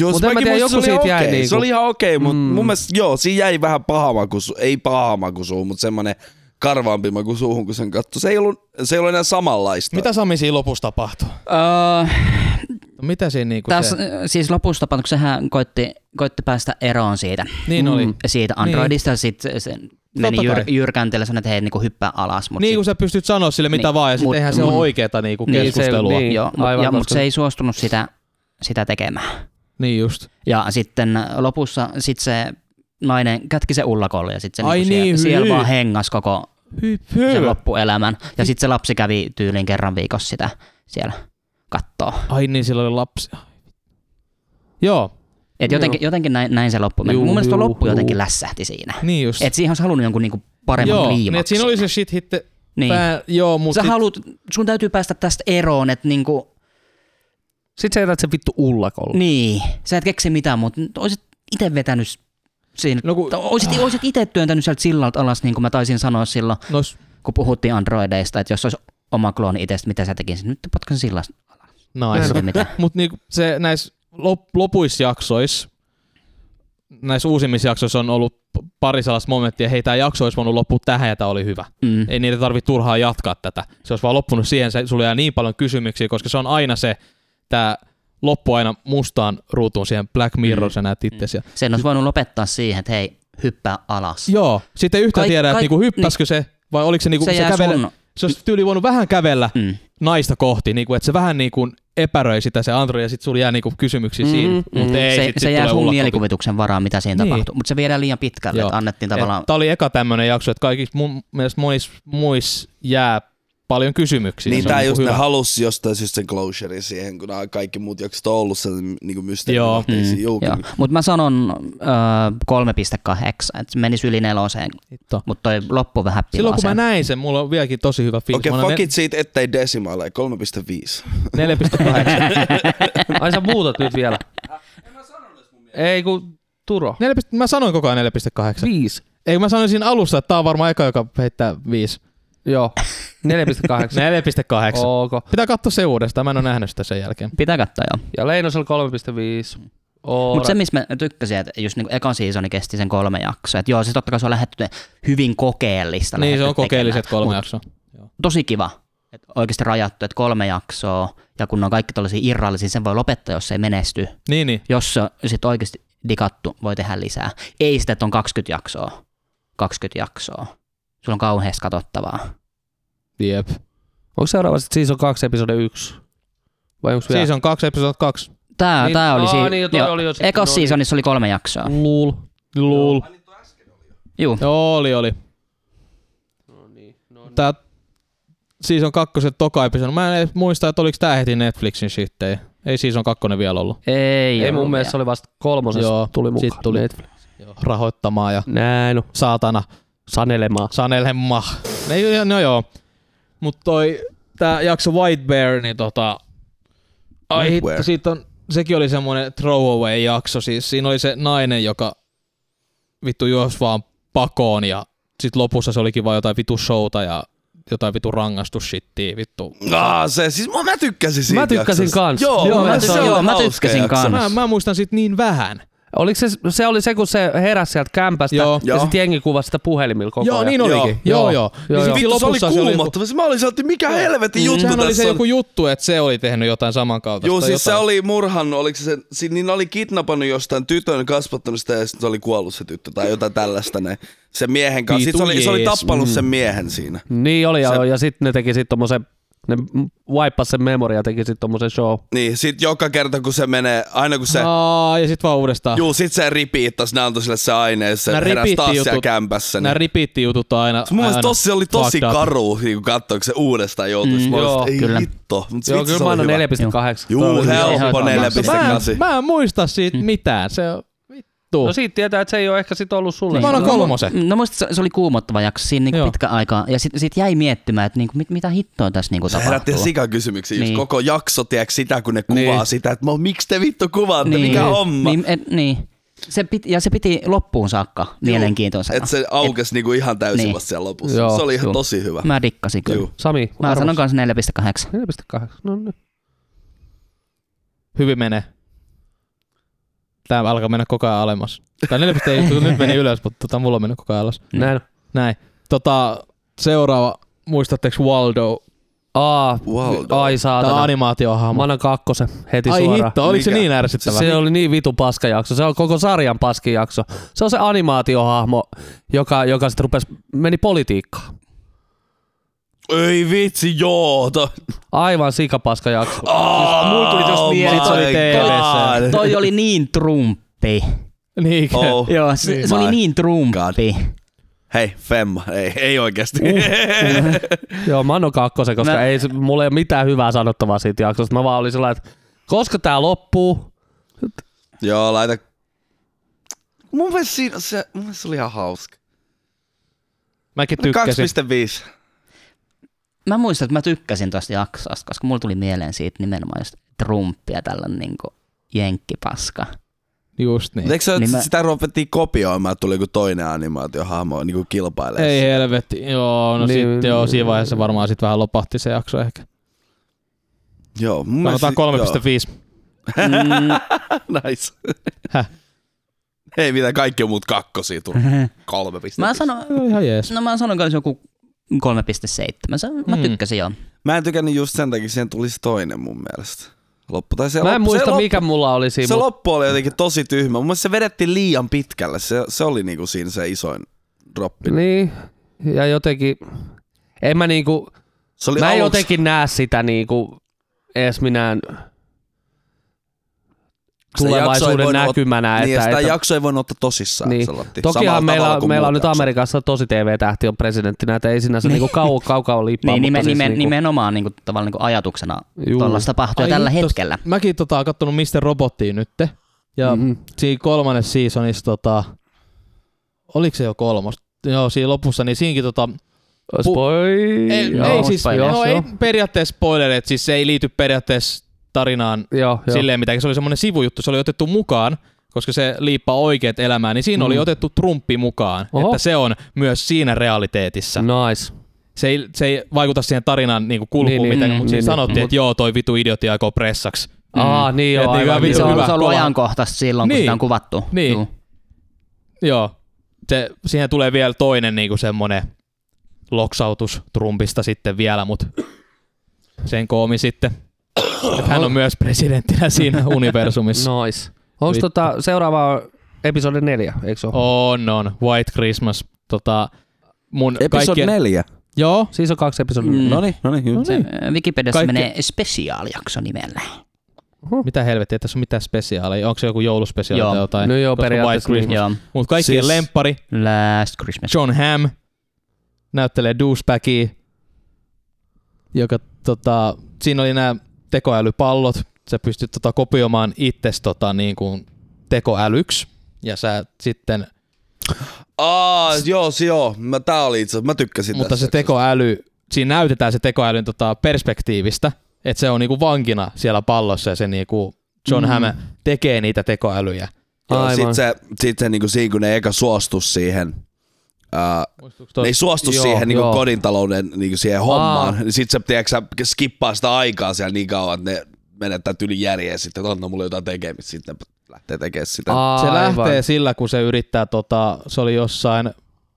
Speaker 4: Joo,
Speaker 2: Mut
Speaker 4: se
Speaker 2: en mä
Speaker 4: mäkin
Speaker 2: tiedä,
Speaker 4: muistin,
Speaker 2: joku
Speaker 4: se oli
Speaker 2: siitä jäi
Speaker 4: okei.
Speaker 2: niinku.
Speaker 4: Se oli ihan okei, mutta mun mielestä joo, siinä jäi vähän paha maku, su- ei paha maku suuhun, mutta semmonen karvaampi maku suuhun, kun sen katsoi. Se ei ollut, se ei ollut enää samanlaista.
Speaker 3: Mitä Sami siinä lopussa tapahtuu?
Speaker 1: Öö,
Speaker 3: Mitä siinä niinku
Speaker 1: Tässä,
Speaker 3: se...
Speaker 1: siis lopussa tapahtuu, sehän koitti, koitti päästä eroon siitä, Mm,
Speaker 3: Niin oli.
Speaker 1: siitä Androidista, niin. sitten se meni
Speaker 3: Totta
Speaker 1: jyr,
Speaker 3: kai.
Speaker 1: jyrkänteellä sanoi, että hei, niin hyppää alas. Mut
Speaker 3: Niin kuin sä pystyt sanoa sille
Speaker 1: Niin,
Speaker 3: mitä niin, vaan, ja
Speaker 1: mut-
Speaker 3: sitten eihän se
Speaker 1: mut-
Speaker 3: ole oikeeta niinku
Speaker 1: Niin, se-
Speaker 3: keskustelua.
Speaker 1: sit,
Speaker 3: Niin,
Speaker 2: niin,
Speaker 1: joo, mut-
Speaker 2: aivan,
Speaker 1: ja, mutta
Speaker 2: koska-
Speaker 1: se ei suostunut sitä, sitä tekemään.
Speaker 3: niin just.
Speaker 1: Ja sitten lopussa sit se nainen kätki se ullakolle ja sitten se
Speaker 3: Ai
Speaker 1: niinku siellä,
Speaker 3: niin,
Speaker 1: siellä
Speaker 3: hyi.
Speaker 1: vaan hengas koko
Speaker 3: Hyy,
Speaker 1: sen
Speaker 3: hyy.
Speaker 1: loppuelämän. Ja sitten se lapsi kävi tyylin kerran viikossa sitä siellä kattoo.
Speaker 3: Ai niin, sillä oli lapsi. Joo,
Speaker 1: Et jotenkin, jotenkin näin, näin se loppu meni.
Speaker 2: Juu,
Speaker 1: Mun mielestä tuo
Speaker 2: juu,
Speaker 1: loppu
Speaker 2: juu.
Speaker 1: jotenkin lässähti siinä.
Speaker 3: niin just.
Speaker 1: Et siihen olisi halunnut jonkun niinku paremman
Speaker 3: joo,
Speaker 1: liimaksi.
Speaker 3: niin et siinä oli se shit hitte
Speaker 1: Niin.
Speaker 3: pää, joo, mutta
Speaker 1: Sä haluut, sun täytyy päästä tästä eroon, että niinku,
Speaker 2: Sitten sä jätät sen vittu ullakolle.
Speaker 1: niin, sä et keksi mitään, mutta oisit itse vetänyt s- siinä. No
Speaker 3: No
Speaker 1: kun,
Speaker 3: kun-
Speaker 1: oisit, oisit itse työntänyt sieltä sillalta alas, niin kuin mä taisin sanoa silloin,
Speaker 3: Nos,
Speaker 1: kun puhuttiin androideista, että jos olisi oma klooni itsestä, mitä sä tekisit? Nyt potkan sillasta. Ei
Speaker 3: nice.
Speaker 1: se mitään.
Speaker 3: Mutta niinku se näissä lop, lopuissa jaksoissa, näissä uusimmissa jaksoissa on ollut p- pari sellaista momenttia, hei tämä jakso olisi voinut loppua tähän ja tämä oli hyvä.
Speaker 1: Mm.
Speaker 3: Ei niitä tarvitse turhaa jatkaa tätä. Se olisi vaan loppunut siihen, se, sulla jää niin paljon kysymyksiä, koska se on aina se, tämä loppu aina mustaan ruutuun siihen Black Mirror, mm. sä näet itse siellä.
Speaker 1: Sen olisi voinut lopettaa siihen, että hei, hyppää alas.
Speaker 3: Joo, sitten ei yhtään
Speaker 1: Kaik-
Speaker 3: tiedä, että
Speaker 1: kaik- niin.
Speaker 3: niinku hyppäskö se, vai oliko se, niinku,
Speaker 1: se,
Speaker 3: se,
Speaker 1: jää
Speaker 3: kävele,
Speaker 1: sun...
Speaker 3: se olisi tyyli voinut vähän kävellä,
Speaker 1: Mm.
Speaker 3: naista kohti, niin kuin, että se vähän niin kuin epäröi sitä se Android ja sitten sulla jää niin kuin kysymyksiä
Speaker 2: Mhm,
Speaker 3: siinä,
Speaker 2: mhm.
Speaker 3: mutta ei,
Speaker 1: Mm-hmm, se,
Speaker 3: sit,
Speaker 1: se
Speaker 3: sit
Speaker 1: jää
Speaker 3: tulee
Speaker 1: sun
Speaker 3: ullakko-
Speaker 1: mielikuvituksen varaan, mitä siinä
Speaker 3: Niin.
Speaker 1: tapahtuu, mutta se viedään liian pitkälle,
Speaker 3: Joo.
Speaker 1: että annettiin tavallaan...
Speaker 3: Tämä oli eka tämmöinen jakso, että kaikissa mun mielestä monissa muissa jää paljon kysymyksiä.
Speaker 4: Niin
Speaker 3: Se on
Speaker 4: tää
Speaker 3: niinku
Speaker 4: just ne
Speaker 3: hyvä.
Speaker 4: halusi jostain syystä sen closure siihen, kun nää kaikki muut jaksot on ollut sen niinku mysteeri.
Speaker 3: Joo.
Speaker 4: kohteisiin. Juu, kyllä.
Speaker 1: Mutta Mm. mä sanon äh, 3.8, että meni yli neloseen,
Speaker 3: Hitto.
Speaker 1: mutta toi loppu vähän pilaa
Speaker 3: Silloin kun mä
Speaker 1: sen.
Speaker 3: näin sen, mulla on vieläkin tosi hyvä fiilis.
Speaker 4: Okei,
Speaker 3: Mä
Speaker 4: okay,
Speaker 3: annan
Speaker 4: fuck it siitä, ettei desimaaleja. 3,5.
Speaker 3: ne- 4,8.
Speaker 2: Ai sä muutat nyt vielä. Ei kun Turo.
Speaker 3: 4, mä sanoin koko ajan 4,8.
Speaker 2: Viisi.
Speaker 3: Ei, mä sanoin siinä alussa, että tää on varmaan eka, joka heittää 5.
Speaker 2: Joo. 4,8.
Speaker 3: 4,8.
Speaker 2: Ok.
Speaker 3: Pitää katsoa se uudestaan, mä en ole nähnyt sitä sen jälkeen.
Speaker 1: Pitää katsoa joo.
Speaker 2: Ja Leinosella 3,5. Oora.
Speaker 1: Mutta se, missä mä tykkäsin, että just niinku ekan seasoni kesti sen kolme jaksoa. Että joo, siis totta kai se on lähdetty hyvin kokeellista.
Speaker 3: Niin, se
Speaker 1: lähdetty
Speaker 3: on kokeelliset
Speaker 1: tekemään.
Speaker 3: kolme
Speaker 1: Mut
Speaker 3: jaksoa.
Speaker 1: Tosi kiva. Että oikeasti rajattu, että kolme jaksoa. Ja kun ne on kaikki tällaisia irrallisia, sen voi lopettaa, jos se ei menesty.
Speaker 3: Niin, niin.
Speaker 1: Jos se on sit oikeasti digattu, voi tehdä lisää. Ei sitä, että on 20 jaksoa. 20 jaksoa. Sulla on kauheasti katsottavaa.
Speaker 3: Jep.
Speaker 2: Onko seuraavasti season 2 episode 1? Vai onko vielä?
Speaker 3: Siis on kaksi episod kaksi.
Speaker 1: Tää, niin,
Speaker 2: Niin,
Speaker 1: tää oli
Speaker 2: aa,
Speaker 1: siinä.
Speaker 2: niin, jo toi oli jo sitten,
Speaker 1: Ekos
Speaker 2: no niin.
Speaker 1: seasonissa oli kolme jaksoa.
Speaker 2: Luul.
Speaker 3: Lul.
Speaker 1: Juu.
Speaker 3: Joo, oli, oli.
Speaker 2: No niin. No niin.
Speaker 3: Tää season kakkosen toka episodi. Mä en edes muista, että oliko tää heti Netflixin shittei. Ei season kakkonen vielä ollut.
Speaker 1: Ei,
Speaker 2: Ei
Speaker 1: ollut
Speaker 2: mun mielestä se
Speaker 1: vielä.
Speaker 2: oli vasta kolmosessa.
Speaker 3: Joo,
Speaker 2: tuli mukaan.
Speaker 3: sit tuli.
Speaker 2: Netflix.
Speaker 3: Rahoittamaan ja
Speaker 2: Näin on.
Speaker 3: saatana
Speaker 2: Sanelemaa.
Speaker 3: sanelema. Ne, joo, no joo. Mut toi tää jakso White Bear, niin tota... Ai
Speaker 4: White
Speaker 3: hitto,
Speaker 4: Bear.
Speaker 3: siitä on... Sekin oli semmonen throwaway jakso. Siis siinä oli se nainen, joka vittu juosi vaan pakoon ja sit lopussa se olikin vaan jotain vitu showta ja jotain vitu rangaistusshittiä, vittu.
Speaker 4: Aa, se, siis mä, mä tykkäsin siitä
Speaker 2: Mä tykkäsin
Speaker 4: jaksosta.
Speaker 2: kans.
Speaker 4: Joo,
Speaker 2: Joo,
Speaker 1: mä
Speaker 4: se
Speaker 1: tykkäsin-
Speaker 4: oli
Speaker 1: joo, mä
Speaker 4: hauska
Speaker 1: tykkäsin
Speaker 4: jakso.
Speaker 1: kans.
Speaker 3: Mä, mä muistan sit niin vähän.
Speaker 2: Oliko se, se oli se, kun se heräsi sieltä kämpästä
Speaker 3: Joo.
Speaker 2: ja
Speaker 4: Joo.
Speaker 2: sitten jengi kuvasi sitä puhelimilla koko
Speaker 3: Joo,
Speaker 2: ajan?
Speaker 3: niin olikin.
Speaker 2: Joo.
Speaker 3: Joo, joo.
Speaker 2: Joo,
Speaker 3: Niin
Speaker 2: joo.
Speaker 3: sit
Speaker 4: Vittu, se oli
Speaker 3: lopussa joku-
Speaker 4: kuumottava. Se Mä olin sieltä, mikä helvetin juttu
Speaker 3: Mm. Sehän
Speaker 4: tässä
Speaker 3: oli se
Speaker 4: on.
Speaker 3: joku juttu, että se oli tehnyt jotain samankaltaista.
Speaker 4: Joo, siis se
Speaker 3: jotain.
Speaker 4: oli murhannut, oliko se, se niin ne oli kidnappannut jostain tytön, kasvattanut sitä ja sitten se oli kuollut se tyttö tai jotain tällaista ne, sen miehen kanssa. Sitten se
Speaker 3: Vitu
Speaker 4: oli, se oli
Speaker 3: jees,
Speaker 4: tappanut sen miehen siinä.
Speaker 2: Niin oli, ja, ja sitten ne teki sitten tommosen, ne waippasi sen memoria ja teki sitten tommosen show.
Speaker 4: Niin, sit joka kerta kun se menee, aina kun se, no.
Speaker 3: Aa, ja sit vaan uudestaan.
Speaker 4: juu, sit se ripiittas, ne antoi sille se aine ja se
Speaker 3: Nää
Speaker 4: heräsi taas
Speaker 3: ripiittijutut-
Speaker 4: siellä kämpässä.
Speaker 3: Nämä
Speaker 4: Niin.
Speaker 3: repeat-jutut on aina.
Speaker 4: Mun
Speaker 3: aina
Speaker 4: mielestä tossa se oli tosi
Speaker 3: fucked up.
Speaker 4: karu, niin kun katsoo, kun se uudestaan joutuu. Mm,
Speaker 2: joo,
Speaker 4: joo, ei
Speaker 1: kyllä.
Speaker 4: kyllä. hitto,
Speaker 2: Joo,
Speaker 4: mut vitsi
Speaker 2: kyllä
Speaker 4: se
Speaker 2: mä
Speaker 4: oli
Speaker 2: annan 4,8.
Speaker 4: hyvä.
Speaker 2: Toi
Speaker 4: Juu,
Speaker 2: oli
Speaker 1: hel-
Speaker 2: hyvä.
Speaker 1: ihan
Speaker 4: helppo
Speaker 1: hyvä jakso.
Speaker 3: Mä,
Speaker 4: 4,8.
Speaker 3: en, mä en muista siitä mitään. Se on vittu.
Speaker 2: No siitä tietää, että se ei ole ehkä sit ollut sulle.
Speaker 3: Mä annan
Speaker 1: No,
Speaker 3: kolmosen.
Speaker 1: No musta se- se oli kuumottava jakso siinä niinku
Speaker 3: Joo.
Speaker 1: pitkä aikaa. Ja sit, sit jäi miettimään, että niinku, mit, mitä hittoa tässä niinku
Speaker 4: Se herätti
Speaker 1: tapahtuu.
Speaker 4: sikakysymyksiä, just
Speaker 1: Niin.
Speaker 4: koko jakso, tiedätkö, sitä kun ne kuvaa
Speaker 3: Niin.
Speaker 4: sitä, että mo, miksi te vittu kuvaatte, mikä homma.
Speaker 1: Niin, et, niin. Se piti, ja se piti loppuun saakka mielenkiintoisena.
Speaker 4: Että se aukesi niinku ihan täysin
Speaker 1: Niin.
Speaker 4: vasta siellä lopussa.
Speaker 2: Joo,
Speaker 4: se oli ihan
Speaker 1: juu.
Speaker 4: tosi hyvä.
Speaker 1: Mä dikkasin kyllä.
Speaker 4: Juu.
Speaker 2: Sami,
Speaker 1: Mä
Speaker 2: arvos.
Speaker 1: sanon kanssa 4,8.
Speaker 2: 4,8. No niin.
Speaker 3: Hyvin menee. Tää alkaa mennä koko ajan alemmas. Tai 4,1 nyt meni ylös, mutta tota, mulla on mennyt koko ajan alas.
Speaker 2: Näin.
Speaker 3: Näin. Tota, seuraava, muistatteko Waldo
Speaker 2: Aa,
Speaker 4: Wow.
Speaker 2: ai
Speaker 3: Tämä on
Speaker 2: saatana.
Speaker 3: animaatiohahmo.
Speaker 2: Mä annan kakkosen heti
Speaker 3: Ai
Speaker 2: suoraan.
Speaker 3: hitto, oliko se
Speaker 4: Mikä?
Speaker 3: niin ärsyttävä?
Speaker 2: niinku- Se oli niin vitu paska jakso. Se on koko sarjan paski jakso. Se on se animaatiohahmo, joka, joka sitten rupesi, meni politiikkaan.
Speaker 4: Ei vitsi, joo. To...
Speaker 2: Aivan sikapaska jakso.
Speaker 4: Oh, mulla tuli
Speaker 3: just mieleen. Se oli TV:ssä.
Speaker 1: Toi oli niin trumpi.
Speaker 3: Niin,
Speaker 4: Oh.
Speaker 1: Joo, se, se oli
Speaker 4: My
Speaker 1: niin trumpi.
Speaker 4: Hei, Femma, ei, ei oikeasti.
Speaker 2: Joo, mä annan kakkosen, koska
Speaker 1: Mä-
Speaker 2: mä... ei, se- mulla ei ole mitään hyvää sanottavaa siitä jaksosta. Mä vaan olin sellainen, että koska tää loppuu,
Speaker 4: joo, laita. Mun mielestä, siinä, se, mun mielestä se oli ihan hauska.
Speaker 3: Mäkin tykkäsin.
Speaker 4: 2,5.
Speaker 1: Mä muistan, että mä tykkäsin tosta jaksosta, koska mulla tuli mieleen siitä nimenomaan just trumpia tällä niinku jenkkipaska.
Speaker 3: Just niin.
Speaker 4: Eikö se,
Speaker 1: Niin
Speaker 4: niin
Speaker 1: mä-
Speaker 4: sitä ruvettiin kopioimaan, tuli joku toinen animaatiohahmo niin kuin kilpailee.
Speaker 3: Ei helvetti. Joo, no
Speaker 2: Niin,
Speaker 3: sitten
Speaker 2: niin,
Speaker 3: joo, siinä
Speaker 2: niin.
Speaker 3: vaiheessa varmaan sitten vähän lopahti se jakso ehkä.
Speaker 4: Joo, mun mielestä-
Speaker 3: Sanotaan 3,5.
Speaker 1: Mm,
Speaker 4: joo, Nice.
Speaker 3: Häh?
Speaker 4: Ei mitään, kaikki on muut kakkosia tullut. Kolme pistettä.
Speaker 1: mä sanon,
Speaker 3: Joo, ihan jees.
Speaker 1: no mä sanon kanssa joku 3,7. Sä- Mä
Speaker 3: Mm.
Speaker 1: tykkäsin joo.
Speaker 4: Mä en tykännyt just sen takia, siihen tulisi toinen mun mielestä. Loppu, tai se
Speaker 2: mä
Speaker 4: loppu,
Speaker 2: en
Speaker 4: se
Speaker 2: muista
Speaker 4: loppu,
Speaker 2: mikä mulla oli siinä.
Speaker 4: Se
Speaker 2: mut-
Speaker 4: loppu oli jotenkin tosi tyhmä. Mun mielestä se vedettiin liian pitkälle. Se, se oli niinku siinä se isoin droppi.
Speaker 2: Niin, ja jotenkin, en mä niinku,
Speaker 4: Se oli
Speaker 2: mä en
Speaker 4: aluksi-
Speaker 2: jotenkin näe sitä niinku edes minään
Speaker 4: sitä jaksoa ei
Speaker 2: tulevaisuuden
Speaker 4: voinut ot-
Speaker 2: näkymänä.
Speaker 4: Niin, ja
Speaker 2: että,
Speaker 4: sitä
Speaker 2: että,
Speaker 4: jakso ei voinut ottaa tosissaan.
Speaker 2: Niin.
Speaker 4: Se lotti. Samalla
Speaker 2: Tokihan meillä,
Speaker 4: tavalla
Speaker 2: on-
Speaker 4: kuin
Speaker 2: meillä on
Speaker 4: muut
Speaker 2: nyt
Speaker 4: jaksot.
Speaker 2: Amerikassa tosi TV-tähti on presidenttinä, että ei sinänsä niinku kau, kaukaa liippaa.
Speaker 1: Niin,
Speaker 2: mutta
Speaker 1: nime,
Speaker 2: siis
Speaker 1: nime,
Speaker 2: niinku,
Speaker 1: nimenomaan niinku, tavallaan niinku ajatuksena
Speaker 2: juu.
Speaker 1: tuollaista tapahtuu ja tällä
Speaker 3: hittos,
Speaker 1: hetkellä.
Speaker 3: Mäkin tota, oon kattonut Mr. Robottia nytte. Ja mm-hmm.
Speaker 2: Mhm.
Speaker 3: siinä kolmannes seasonissa, tota, oliko se jo kolmos? Joo, siinä lopussa, niin siinäkin tota,
Speaker 2: Spoi...
Speaker 3: ei,
Speaker 1: Joo,
Speaker 3: ei siis,
Speaker 1: spoilerit.
Speaker 3: no, ei
Speaker 2: joo.
Speaker 3: periaatteessa spoilereet, siis se ei liity periaatteessa tarinaan
Speaker 2: Joo, joo.
Speaker 3: silleen mitään, se oli semmoinen sivujuttu, se oli otettu mukaan, koska se liippaa oikeat elämään, niin siinä
Speaker 2: Mm.
Speaker 3: oli otettu Trumpi mukaan,
Speaker 2: Oho.
Speaker 3: että se on myös siinä realiteetissa.
Speaker 2: Nice.
Speaker 3: Se ei, se ei vaikuta siihen tarinan niin kulkuun
Speaker 2: Niin,
Speaker 3: niin,
Speaker 2: niin,
Speaker 3: mitään,
Speaker 1: mm,
Speaker 3: mutta siinä
Speaker 2: niin,
Speaker 3: sanottiin,
Speaker 2: niin.
Speaker 3: että joo, toi vitu idioti aikoo pressaksi.
Speaker 2: Mm. Aa, niin
Speaker 3: Et
Speaker 2: joo,
Speaker 3: niinku
Speaker 2: aivan,
Speaker 3: vitsi,
Speaker 1: Se
Speaker 2: joo.
Speaker 1: on,
Speaker 3: hyvä,
Speaker 1: se on ollut
Speaker 3: kova.
Speaker 1: ajankohtaista silloin, kun
Speaker 3: Niin.
Speaker 1: sitä on kuvattu.
Speaker 3: Niin.
Speaker 1: Juu.
Speaker 3: Joo. Se, siihen tulee vielä toinen niinku semmonen loksautus Trumpista sitten vielä, mutta sen koomi sitten. Et hän on myös presidenttinä siinä universumissa. No.
Speaker 2: Nice. Onko
Speaker 3: Vittu.
Speaker 2: tota seuraava episode neljä, eikö se ole?
Speaker 3: On, on. White Christmas. Tota, mun
Speaker 4: Episode
Speaker 3: kaikkien...
Speaker 4: 4.
Speaker 3: Joo.
Speaker 2: Siis on kaksi episodia.
Speaker 1: Mm.
Speaker 2: No,
Speaker 4: Noniin, noniin, juu.
Speaker 1: Se ö, Wikipediassa
Speaker 3: niin. Kaikki-
Speaker 1: menee spesiaalijakso nimellä.
Speaker 3: Mitä helvettiä, tässä on mitään spesiaaleja. Onko se joku jouluspesiaali
Speaker 1: Joo.
Speaker 3: tai jotain?
Speaker 2: No joo,
Speaker 3: Koska
Speaker 2: periaatteessa
Speaker 3: White Christmas.
Speaker 1: Joo.
Speaker 3: Mutta kaikkien siis...
Speaker 4: Siis-
Speaker 3: lempari,
Speaker 1: Last Christmas.
Speaker 3: John Hamm, näyttelee douchebagia, joka tota, siinä oli nämä tekoälypallot. Sä pystyt tota, kopioimaan itses tota, niin kuin tekoälyksi ja sä sitten,
Speaker 4: Aa, joo, si- joo. Mä, tää oli itse asiassa- mä tykkäsin
Speaker 3: mutta
Speaker 4: tästä
Speaker 3: se tekoäly, siinä näytetään se tekoälyn tota, perspektiivistä, että se on niinku vankina siellä pallossa ja se niinku John mm. Hamm tekee niitä tekoälyjä.
Speaker 4: Joo,
Speaker 2: Aivan.
Speaker 4: sit se, sit se niinku siinä, kun ne eikä suostu siihen, ää, ne ei suostu
Speaker 2: joo,
Speaker 4: joo, siihen niinku
Speaker 2: joo.
Speaker 4: kodintalouden niinku siihen hommaan, niin sit se, tiedätkö, sä skippaa sitä aikaa siellä niin kauan, että ne menettää tyli järjeä sitten, että anna mulle jotain tekemistä, sitten ne lähtee tekemään sitä.
Speaker 3: Se
Speaker 2: Aivan.
Speaker 3: lähtee sillä, kun se yrittää, tota, se oli jossain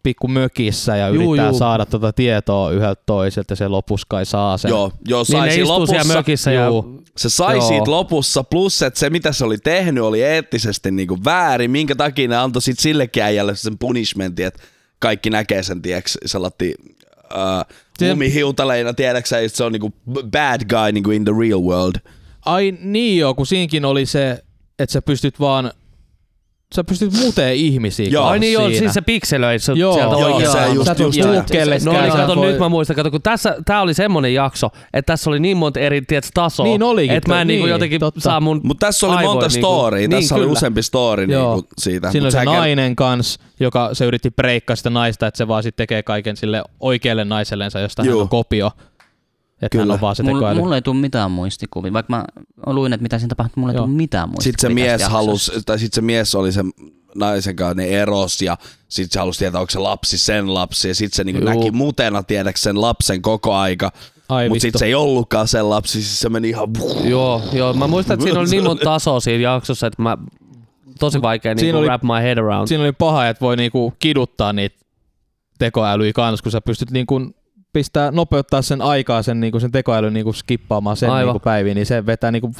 Speaker 3: pikku mökissä ja
Speaker 2: Juu,
Speaker 3: yrittää
Speaker 2: juu.
Speaker 3: saada tota tietoa yhdeltä toiselta ja se lopussa kai saa sen.
Speaker 4: Joo, joo, sai
Speaker 2: Niin ne
Speaker 4: siinä
Speaker 2: istuu
Speaker 4: lopussa.
Speaker 2: siellä mökissä ja...
Speaker 3: Juu.
Speaker 4: Se sai
Speaker 2: Joo.
Speaker 4: Joo. siitä lopussa, plus että se mitä se oli tehnyt oli eettisesti niinku väärin, minkä takia ne antoi sit sillekin äijälle sen punishmentin, että kaikki näkee sen, tieks, sellatti
Speaker 3: Se-
Speaker 4: äh, umihiutaleina, tiedäksä, että se on niinku b- bad guy niinku in the real world.
Speaker 3: Ai niin joo, kun siinkin oli se, että sä pystyt vaan, sä pystyt muteen ihmisiä.
Speaker 4: Joo.
Speaker 3: kanssa
Speaker 2: Ai niin joo,
Speaker 3: siinä.
Speaker 2: siis se pikselöi se
Speaker 3: Joo,
Speaker 2: sieltä
Speaker 4: joo,
Speaker 2: oikein.
Speaker 4: se just-
Speaker 2: Sä
Speaker 4: just
Speaker 2: tulet
Speaker 4: näin.
Speaker 2: puukkeelle. No
Speaker 3: Sä
Speaker 2: niin, kato,
Speaker 3: voi-
Speaker 2: nyt mä muistan, kato, kun tässä, tää oli semmonen jakso, että tässä oli niin monta eri tiedät, tasoa,
Speaker 3: Niin olikin,
Speaker 2: että mä en
Speaker 3: toi-
Speaker 2: niinku
Speaker 3: niin,
Speaker 2: jotenkin
Speaker 3: totta.
Speaker 2: saa mun
Speaker 4: Mutta tässä oli
Speaker 2: aivoja
Speaker 4: monta
Speaker 2: niinku-
Speaker 4: storia,
Speaker 2: Niin,
Speaker 4: tässä oli
Speaker 2: kyllä.
Speaker 4: useampi story
Speaker 3: Joo.
Speaker 4: niinku siitä.
Speaker 3: Siinä
Speaker 4: mut
Speaker 3: oli se
Speaker 4: sehän käy-
Speaker 3: nainen kanssa, joka se yritti breikkaa sitä naista, että se vaan sit tekee kaiken sille oikealle naisellensa, josta hän
Speaker 4: Joo.
Speaker 3: on kopio. Että hän
Speaker 4: Kyllä.
Speaker 3: on vaan se
Speaker 1: Mulla,
Speaker 3: tekoäly.
Speaker 1: mulla ei tule mitään muistikuvia, vaikka mä luin, että mitä siinä tapahtui, mulla ei
Speaker 3: Joo.
Speaker 1: tule mitään muistikuvia.
Speaker 4: Sitten
Speaker 1: tästä
Speaker 4: se mies
Speaker 1: jaksosta.
Speaker 4: halus, tai sit se mies oli sen naisen kanssa, ne eros ja sit se halusi tietää, onko se lapsi sen lapsi ja sit se niinku
Speaker 2: Juu.
Speaker 4: näki mutena tiedäks sen lapsen koko aika.
Speaker 3: Ai
Speaker 4: Mut sit
Speaker 3: vittu.
Speaker 4: se ei ollutkaan sen lapsi, siis se meni ihan...
Speaker 2: Joo, joo, mä muistan, että siinä oli niin monta tasoa siinä jaksossa, että mä tosi vaikea niinku
Speaker 3: oli-
Speaker 2: wrap my head around.
Speaker 3: siinä oli paha, että voi niinku kiduttaa niitä tekoälyjä kanssa, kun sä pystyt niinku pistää nopeuttaa sen aikaa sen, niinku, sen tekoälyn niinku, skippaamaan sen
Speaker 2: Aivan.
Speaker 3: niinku, päiviin, niin se vetää niinku,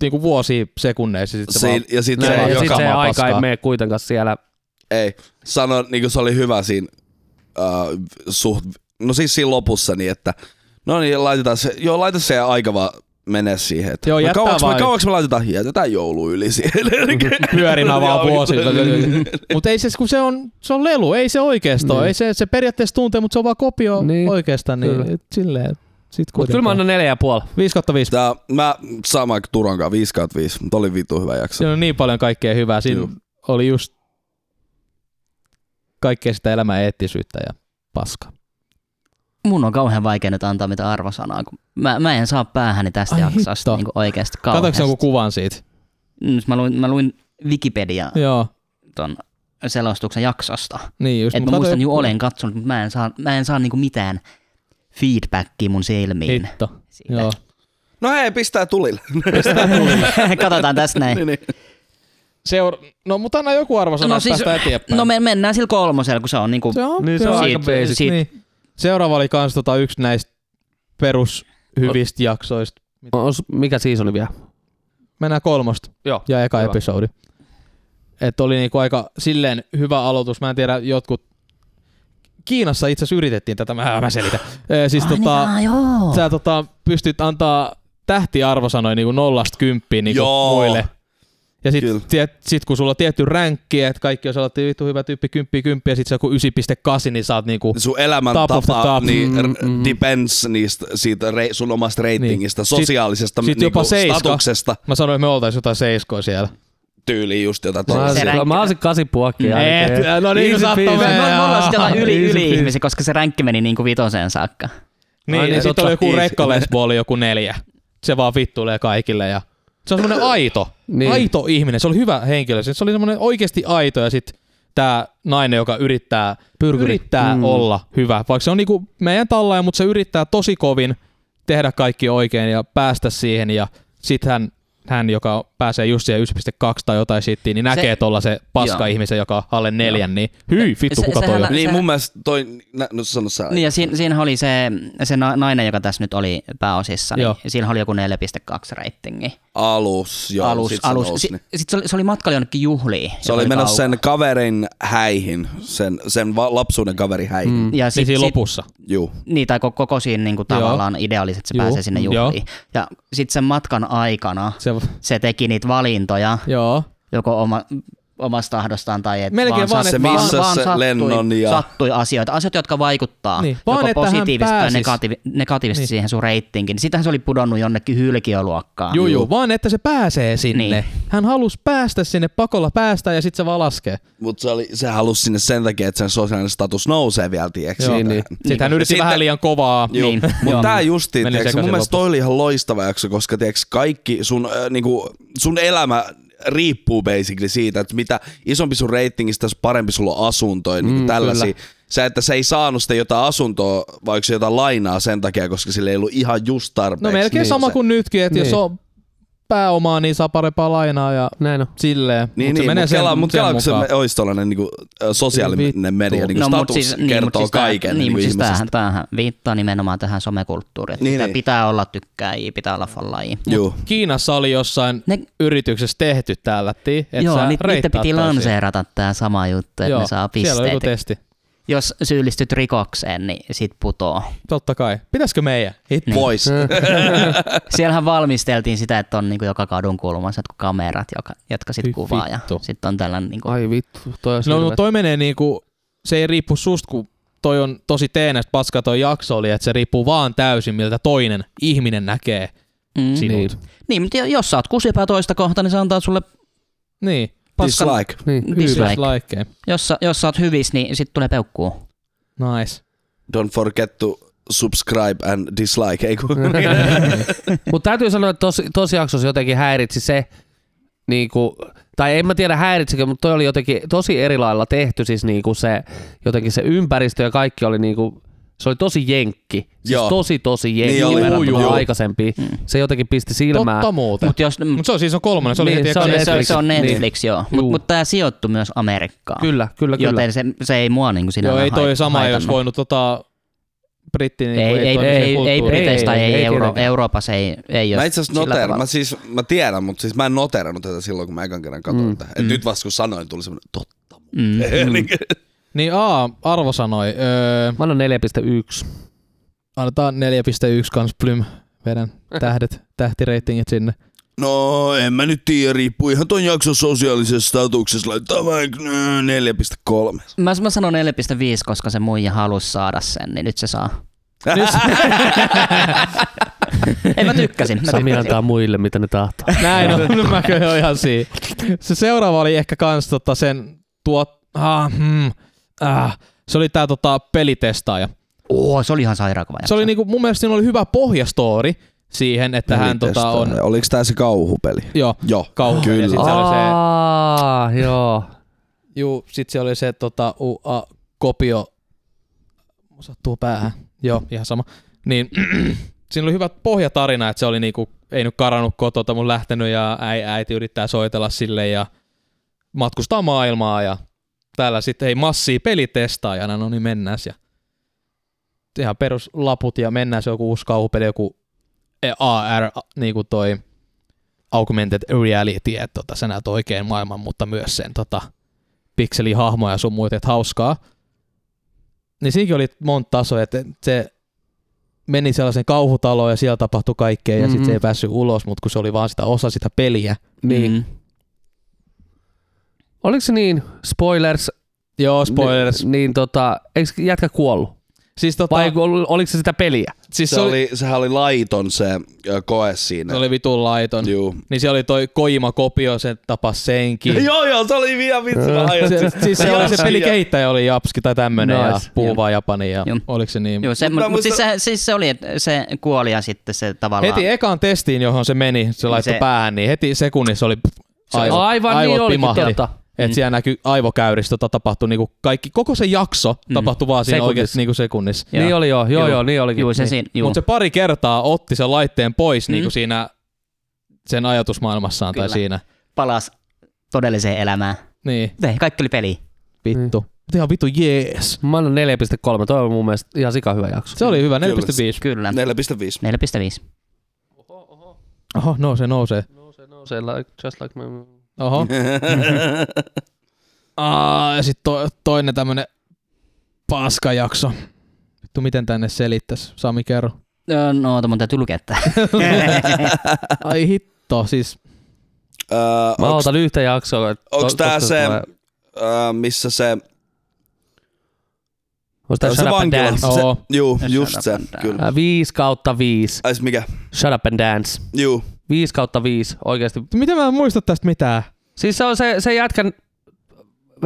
Speaker 3: niinku vuosi sekunneissa. Sitten
Speaker 4: Se,
Speaker 3: vaan,
Speaker 4: ja sitten
Speaker 2: Se,
Speaker 4: se,
Speaker 3: Näin,
Speaker 4: ei
Speaker 2: ja sitten
Speaker 4: joka,
Speaker 3: joka
Speaker 2: se
Speaker 3: maa
Speaker 2: aika ei
Speaker 3: paskaa.
Speaker 2: mene kuitenkaan siellä.
Speaker 4: ei, sano, niin kuin se oli hyvä siinä, äh, suht, no siis siinä lopussa, niin että, no niin, laitetaan se, joo, laita se aika vaan menee siihen. Että,
Speaker 3: Joo,
Speaker 4: no,
Speaker 3: jättää
Speaker 4: kauaksi, me,
Speaker 3: vaan- Mm-hmm.
Speaker 4: kauaksi me laitetaan, jätetään joulu yli siihen.
Speaker 3: pyörinä vaan
Speaker 4: Joo,
Speaker 3: vuosilta.
Speaker 4: kyllä.
Speaker 3: mutta ei se, kun se on, se on lelu, ei se oikeastaan,
Speaker 2: Niin.
Speaker 3: ei se, se periaatteessa tuntee, mutta se on vaan kopio
Speaker 2: Niin.
Speaker 3: niin. oikeastaan, niin
Speaker 2: Kyllä.
Speaker 3: et silleen, sit
Speaker 2: Mutta kyllä mä annan neljä ja puoli.
Speaker 3: 5 kautta 5.
Speaker 4: Tää, mä sama kuin Turonkaan, 5 kautta 5, mutta oli vitu hyvä jakso.
Speaker 3: Siinä on niin paljon kaikkea hyvää. Siinä
Speaker 4: Juu.
Speaker 3: oli just kaikkea sitä elämän eettisyyttä ja paska.
Speaker 1: Mun on kauhean vaikea nyt antaa mitä arvosanaa, kun mä, mä en saa päähäni tästä
Speaker 3: Ai
Speaker 1: jaksosta
Speaker 3: hitto.
Speaker 1: niin oikeasti
Speaker 3: Katsoinko
Speaker 1: kauheasti.
Speaker 3: joku kuvan siitä?
Speaker 1: Nyt mä luin, mä luin Wikipediaa
Speaker 3: Joo,
Speaker 1: ton selostuksen jaksosta.
Speaker 3: niin just.
Speaker 1: Et mä
Speaker 3: Mut
Speaker 1: muistan,
Speaker 3: katso-
Speaker 1: juu olen katsonut, mutta mä en saa, mä en saa niinku mitään feedbackia mun silmiin.
Speaker 3: Hitto.
Speaker 1: siitä.
Speaker 3: Niin. Joo.
Speaker 4: No hei, pistää tulille.
Speaker 1: Katsotaan tässä näin.
Speaker 4: niin, niin.
Speaker 3: Seur... No, mutta anna joku arvosana, no, siis... päästään eteenpäin.
Speaker 1: no me mennään sillä kolmosella, kun se on niinku...
Speaker 3: se on,
Speaker 2: Niin, se on aika basic.
Speaker 1: Siitä,
Speaker 3: Niin. Seuraava oli kans tota yksi näistä perus hyvistä jaksoista.
Speaker 2: Os- Mikä siis oli vielä?
Speaker 3: Mennään kolmosta
Speaker 2: Joo.
Speaker 3: ja eka
Speaker 2: Hyvä.
Speaker 3: episodi. Et oli niinku aika silleen hyvä aloitus. Mä en tiedä, jotkut... Kiinassa itse asiassa yritettiin tätä, mä, mä selitän. Eh, siis
Speaker 1: Ai
Speaker 3: tota,
Speaker 1: jaa, joo.
Speaker 3: sä tota, pystyt antaa tähtiarvosanoja niin nollasta kymppiin niin
Speaker 4: Joo.
Speaker 3: muille. Ja sit,
Speaker 4: Kyllä.
Speaker 3: tiet, sit kun sulla on tietty ränkki, että kaikki on sellainen vittu hyvä tyyppi, kymppi, kymppi, ja sit sä joku 9,8, niin saat niinku, Top
Speaker 4: Sun
Speaker 3: of the
Speaker 4: elämäntapa
Speaker 3: top.
Speaker 4: niin,
Speaker 2: Mm,
Speaker 4: r-
Speaker 2: mm.
Speaker 4: depends niistä, siitä re, sun omasta ratingista,
Speaker 3: mm-hmm. Niin. Sit-
Speaker 4: sosiaalisesta
Speaker 3: sit
Speaker 4: niinku,
Speaker 3: jopa seiska.
Speaker 4: statuksesta,
Speaker 3: mä sanoin, että me oltais jotain seiskoa siellä.
Speaker 4: tyyliin just jotain
Speaker 2: Mä
Speaker 4: tollaista.
Speaker 1: Se
Speaker 2: olisin-
Speaker 1: ränkkinen.
Speaker 2: Mä olisin kasi puokkia.
Speaker 3: Et, no niin,
Speaker 2: Easy
Speaker 3: saattoi
Speaker 2: peasy.
Speaker 1: Me, me ollaan sitten jotain yli,
Speaker 2: Easy
Speaker 1: yli
Speaker 2: peasy.
Speaker 1: ihmisiä, koska se ränkki meni niinku vitoseen saakka.
Speaker 3: Niin,
Speaker 2: Ai
Speaker 3: niin,
Speaker 2: niin,
Speaker 3: ja sit
Speaker 2: totta.
Speaker 3: oli joku
Speaker 4: Easy.
Speaker 3: rekkaleisbo oli joku neljä. Se vaan vittuilee kaikille ja se on semmoinen aito,
Speaker 2: Niin.
Speaker 3: niin. aito ihminen. Se oli hyvä henkilö. Se oli semmoinen oikeasti aito ja sit tää nainen, joka yrittää,
Speaker 2: Pyrkyri.
Speaker 3: yrittää
Speaker 2: Mm.
Speaker 3: mm. olla hyvä. Vaikka se on niinku meidän tallaja, mutta se yrittää tosi kovin tehdä kaikki oikein ja päästä siihen ja sit hän, hän joka pääsee just siihen 1.2 tai jotain shittiin, niin näkee tuolla se paska
Speaker 1: Joo.
Speaker 3: ihmisen, joka on alle neljän, niin hyi, vittu,
Speaker 1: Se-
Speaker 3: kuka toi
Speaker 1: sehän-
Speaker 3: on?
Speaker 4: Niin
Speaker 1: Sehän-
Speaker 4: mun mielestä toi, nä, no sano sä.
Speaker 1: Niin ja siinä, siinähän oli se, se na- nainen, joka tässä nyt oli pääosissa, niin
Speaker 3: Joo.
Speaker 1: siinähän oli joku 4,2 ratingi.
Speaker 4: Alus, joo,
Speaker 1: alus,
Speaker 4: sit se
Speaker 1: alus.
Speaker 4: nousi,
Speaker 1: Si-
Speaker 4: niin.
Speaker 1: sit se, oli, se oli matkalla jonnekin juhliin.
Speaker 4: Se oli menossa sen kaverin häihin, sen, sen va- lapsuuden kaverin häihin. Mm.
Speaker 1: Ja
Speaker 3: Niin
Speaker 1: sit,
Speaker 3: siinä
Speaker 1: sit,
Speaker 3: lopussa.
Speaker 4: Juu.
Speaker 1: Niin, tai ko- koko siinä niinku tavallaan ideaaliset, että se
Speaker 3: Joo.
Speaker 1: pääsee sinne
Speaker 3: Joo.
Speaker 1: juhliin. Ja sitten sen matkan aikana
Speaker 3: Se,
Speaker 1: se teki niitä valintoja,
Speaker 3: joo.
Speaker 1: joko oma, omasta tahdostaan tai et
Speaker 3: Melkein vaan,
Speaker 1: sat-
Speaker 3: että
Speaker 4: missä se lennon ja-
Speaker 1: sattui asioita, asioita, jotka vaikuttaa
Speaker 3: Niin,
Speaker 1: niin,
Speaker 3: vaan
Speaker 1: joko
Speaker 3: että hän
Speaker 1: positiivisesti tai
Speaker 3: pääsis.
Speaker 1: negatiivi, negatiivisesti
Speaker 3: Niin.
Speaker 1: niin. siihen sun reittiinkin. Sitähän se oli pudonnut jonnekin hylkioluokkaan.
Speaker 3: Juu, juu, vaan että se pääsee sinne. Niin.
Speaker 1: Niin.
Speaker 3: Hän halusi päästä sinne pakolla päästä ja sitten se vaan laskee.
Speaker 4: Mutta se, oli, se halusi sinne sen takia, että sen sosiaalinen status nousee vielä, tiedätkö?
Speaker 3: Joo.
Speaker 4: siitä.
Speaker 2: niin.
Speaker 3: Sitten hän yritti
Speaker 4: Sitten-
Speaker 3: vähän liian kovaa.
Speaker 4: Joo.
Speaker 1: Niin.
Speaker 4: Mutta
Speaker 1: Joo.
Speaker 4: tää justiin,
Speaker 3: Meni
Speaker 4: tiiäks, mun
Speaker 3: sekaisin
Speaker 4: mielestä toi oli ihan loistava jakso, koska tiiäks, kaikki sun, äh, niinku, sun elämä riippuu basically siitä, että mitä isompi sun reitingistä, tässä parempi sulla on asunto ja
Speaker 3: Mm,
Speaker 4: niinku tällaisia. Se, että se ei saanut sitä jotain asuntoa, vaikka se jotain lainaa sen takia, koska sillä ei ollut ihan just tarpeeksi.
Speaker 3: No melkein
Speaker 4: Niin
Speaker 3: sama
Speaker 4: se-
Speaker 3: kuin nytkin, että jos
Speaker 2: Niin.
Speaker 3: on pääomaa, niin saa parempaa lainaa ja
Speaker 2: Näin on.
Speaker 3: silleen.
Speaker 4: Niin,
Speaker 3: mut
Speaker 4: niin,
Speaker 3: se menee
Speaker 4: mutta
Speaker 3: sen,
Speaker 4: kela, mut kela, kun se
Speaker 3: mukaan. No,
Speaker 4: olisi tuollainen niinku, ö, sosiaalinen media, niinku
Speaker 1: No, mut
Speaker 4: status
Speaker 3: niin,
Speaker 4: siis, kertoo
Speaker 1: siis tää-
Speaker 4: kaiken
Speaker 1: Niin,
Speaker 4: niinku
Speaker 1: mutta siis
Speaker 4: ihmisestä.
Speaker 1: tämähän, tämähän viittaa nimenomaan tähän somekulttuuriin.
Speaker 4: Niin,
Speaker 1: Niin, pitää,
Speaker 4: niin.
Speaker 1: niin. pitää olla tykkääjiä, pitää olla follaajia.
Speaker 4: Juu.
Speaker 3: Kiinassa oli jossain ne...
Speaker 1: Ne-
Speaker 3: yrityksessä tehty täällä, että
Speaker 1: Joo,
Speaker 3: sä
Speaker 1: niitä, niitä
Speaker 3: reittaat
Speaker 1: piti
Speaker 3: toisia.
Speaker 1: lanseerata tämä sama juttu, että
Speaker 3: Joo,
Speaker 1: ne saa
Speaker 3: Siellä oli joku
Speaker 1: pisteitä.
Speaker 3: testi.
Speaker 1: Jos syyllistyt rikokseen, niin sit putoo.
Speaker 3: Totta kai. Pitäisikö meidän?
Speaker 4: Hit pois.
Speaker 1: Siellähän valmisteltiin sitä, että on niin joka kadun kulmassa jotkut kamerat, joka, jotka
Speaker 3: Hyi
Speaker 1: sitten kuvaa. Ja
Speaker 3: vittu.
Speaker 1: sitten on tällainen niin kuin,
Speaker 2: Ai vittu, toi on
Speaker 3: No, no toi menee niinku, se ei riippu susta, kun toi on tosi teenästä paska toi jakso oli, että se riippuu vaan täysin, miltä toinen ihminen näkee
Speaker 1: mm.
Speaker 3: sinut. Niin.
Speaker 1: Niin, mutta jos sä oot kusipää toista kohta, niin se antaa sulle
Speaker 3: niin.
Speaker 1: paskan.
Speaker 4: Dislike.
Speaker 2: Niin,
Speaker 1: Dislike.
Speaker 3: Just like.
Speaker 1: Jos, sä- jos sä oot hyvissä, niin sit tulee peukkuu.
Speaker 3: Nice.
Speaker 4: Don't forget to subscribe and dislike. Ei kun,
Speaker 2: Mutta täytyy sanoa, että tos, tosi jaksossa jotenkin häiritsi se, niinku, tai en mä tiedä häiritsikö, mutta toi oli jotenkin tosi eri lailla tehty, siis niinku se, jotenkin se ympäristö ja kaikki oli niinku, se oli tosi jenkki. Siis
Speaker 4: Joo.
Speaker 2: tosi tosi jenkki
Speaker 4: Niin oli,
Speaker 2: niin
Speaker 4: juu,
Speaker 2: verrattuna
Speaker 4: juu.
Speaker 2: aikaisempiin. Se jotenkin pisti silmään.
Speaker 3: Mm. Totta muuten.
Speaker 1: Mutta jos,
Speaker 3: Mutta se on siis on kolmonen, se oli
Speaker 2: Niin,
Speaker 3: heti
Speaker 2: se
Speaker 3: eka
Speaker 2: oli-
Speaker 1: se,
Speaker 3: Netflix.
Speaker 1: se, se on
Speaker 2: Netflix,
Speaker 1: Netflix, niin. joo.
Speaker 2: Juu.
Speaker 1: Mutta mut tämä sijoittu myös Amerikkaan.
Speaker 2: Kyllä, kyllä, kyllä.
Speaker 1: Joten se, se ei mua niin kuin sinä
Speaker 3: Joo, ei toi sama, ei olisi voinut tota britti niin
Speaker 1: Ei, ei, ei, ei Briteissä ei, ei, ei, Euro,
Speaker 2: tietenkään.
Speaker 1: Euroopassa ei, ei
Speaker 4: Mä
Speaker 1: ole
Speaker 4: itse asiassa
Speaker 1: sillä
Speaker 4: noteeran,
Speaker 1: tavalla.
Speaker 4: mä, siis, mä tiedän, mutta siis mä en noterannut tätä silloin, kun mä ekan kerran katsoin mm. tätä. Et mm. nyt vasta kun sanoin, tuli semmoinen totta.
Speaker 1: Mm.
Speaker 4: Mm. niin,
Speaker 3: Niin A, Arvo sanoi, öö,
Speaker 2: Mä annan 4,1.
Speaker 3: annetaan 4.1 kans plym, vedän tähdet, tähtireitingit sinne.
Speaker 4: no, en mä nyt tiedä, riippuu ihan ton jakson sosiaalisesta statuksesta. Laittaa vaikka ö, 4,3.
Speaker 1: Mä, mä sanon 4,5, koska se muija halusi saada sen, niin nyt se saa. Ei mä tykkäsin. Mä
Speaker 2: Sami
Speaker 1: tykkäsin.
Speaker 2: antaa muille, mitä ne tahtoo.
Speaker 3: Näin on, no mä kyllä oon ihan siinä. Se seuraava oli ehkä kans tota sen tuot... Ah, hmm, ah, se oli tää tota pelitestaaja.
Speaker 1: Oo, se oli ihan sairaakova.
Speaker 3: Se oli niinku, mun mielestä siinä oli hyvä pohjastori siihen, että hän tota on...
Speaker 4: Oliko tää se kauhupeli?
Speaker 3: Joo,
Speaker 4: Joo,
Speaker 3: kauhu. Ja sit
Speaker 4: Kyllä. Ah,
Speaker 3: se oli se,
Speaker 2: Aa, joo.
Speaker 3: juu, sit se oli se tota, u, a, kopio... Mun Sattuu päähän. Joo, ihan sama. Niin, siinä oli hyvä pohjatarina, että se oli niinku, ei nyt karannut kotota, mun lähtenyt ja äi, äiti yrittää soitella sille ja matkustaa maailmaa ja täällä sitten hei massia pelitestaajana, no niin mennäs ja ihan peruslaput ja mennään se joku uusi kauhupeli, joku AR, niin kuin toi augmented reality, että tota, sä näet oikein maailman, mutta myös sen tota, pikselihahmoja ja sun muita, että hauskaa. Niin siinäkin oli monta tasoa, että se meni sellaisen kauhutaloon ja siellä tapahtui kaikkea ja mm-hmm. sitten se
Speaker 2: Mhm.
Speaker 3: ei päässyt ulos, mutta kun se oli vaan sitä osa sitä peliä.
Speaker 2: Niin.
Speaker 1: Mm.
Speaker 2: Oliko se niin, spoilers,
Speaker 3: Joo, spoilers.
Speaker 2: Ni, niin tota, eikö jätkä kuollut?
Speaker 3: Siis tota,
Speaker 2: Vai ol- oliko se sitä peliä?
Speaker 3: siis
Speaker 4: se oli, sehän oli laiton se ö, koe siinä.
Speaker 3: se oli vitun laiton.
Speaker 4: Juu.
Speaker 3: Niin se oli toi Koima Kopio, se tapas senkin.
Speaker 4: Joo, joo, se oli vielä vitsi. Mä aion
Speaker 3: se,
Speaker 4: siis-
Speaker 3: siis se, oli, se
Speaker 4: Japsi ja-
Speaker 3: pelikehittäjä oli Japski tai tämmönen ja
Speaker 2: Nice.
Speaker 1: Joo.
Speaker 3: puhuu vaan japani ja
Speaker 1: Joo.
Speaker 3: oliko se niin.
Speaker 1: Joo, se,
Speaker 4: Mut
Speaker 1: mut,
Speaker 4: mä
Speaker 1: mut siis,
Speaker 4: muistan-
Speaker 1: se, siis se oli, että se kuoli ja sitten se tavallaan...
Speaker 3: Heti ekaan testiin, johon se meni, se laittoi
Speaker 1: se-
Speaker 3: päähän, niin heti sekunnissa oli pff, aivot,
Speaker 2: Aivan
Speaker 3: aivot
Speaker 2: niin olikin,
Speaker 3: pimahti.
Speaker 2: totta.
Speaker 3: Et siellä näkyy aivokäyristä, tota tapahtui niinku kaikki, koko se jakso tapahtui vaan siinä
Speaker 2: Sekunnissa.
Speaker 3: oikeasti niinku sekunnissa.
Speaker 1: Joo.
Speaker 2: Niin oli joo, joo, joo, niin olikin.
Speaker 1: Juu, se
Speaker 2: niin.
Speaker 1: siinä, juu.
Speaker 3: Mutta se pari kertaa otti sen laitteen pois
Speaker 1: Mm.
Speaker 3: niinku siinä sen ajatusmaailmassaan
Speaker 1: Kyllä.
Speaker 3: tai siinä.
Speaker 1: palasi todelliseen elämään.
Speaker 3: Niin,
Speaker 1: Ei, Kaikki oli peli.
Speaker 3: vittu. Mm. Ihan vittu jees.
Speaker 2: Mä annan 4,3. Toi oli mun mielestä ihan sika hyvä jakso.
Speaker 3: Se oli hyvä, 4,5.
Speaker 4: Kyllä.
Speaker 1: Kyllä.
Speaker 4: 4,5.
Speaker 1: 4,5.
Speaker 3: Oho, no se nousee.
Speaker 2: Se like, just like my...
Speaker 3: Oho. Aa, ja sitten to, toinen tämmönen paskajakso. Vittu, miten tänne selittäis? Sami, kerro.
Speaker 1: Öö, No, oota, mun täytyy lukea tää.
Speaker 3: Ai hitto, siis
Speaker 4: Öö,
Speaker 2: Mä
Speaker 4: onks-
Speaker 2: otan yhtä jaksoa. että
Speaker 4: Onks
Speaker 2: to-
Speaker 4: tää
Speaker 2: koska
Speaker 4: se,
Speaker 2: tulee-
Speaker 4: öö, missä se...
Speaker 2: Onks tää Shut
Speaker 4: se
Speaker 2: Up and Dance?
Speaker 4: Se,
Speaker 3: Oo.
Speaker 4: juu,
Speaker 1: Ja
Speaker 4: just
Speaker 1: Shut Up
Speaker 4: se,
Speaker 1: and Dance.
Speaker 4: kyllä.
Speaker 2: Ää, 5 kautta 5.
Speaker 4: Ai se mikä?
Speaker 2: Shut Up and Dance.
Speaker 4: Juu.
Speaker 2: 5 kautta 5, oikeesti.
Speaker 3: Miten mä en muista tästä mitään?
Speaker 2: Siis se on se, se jätkän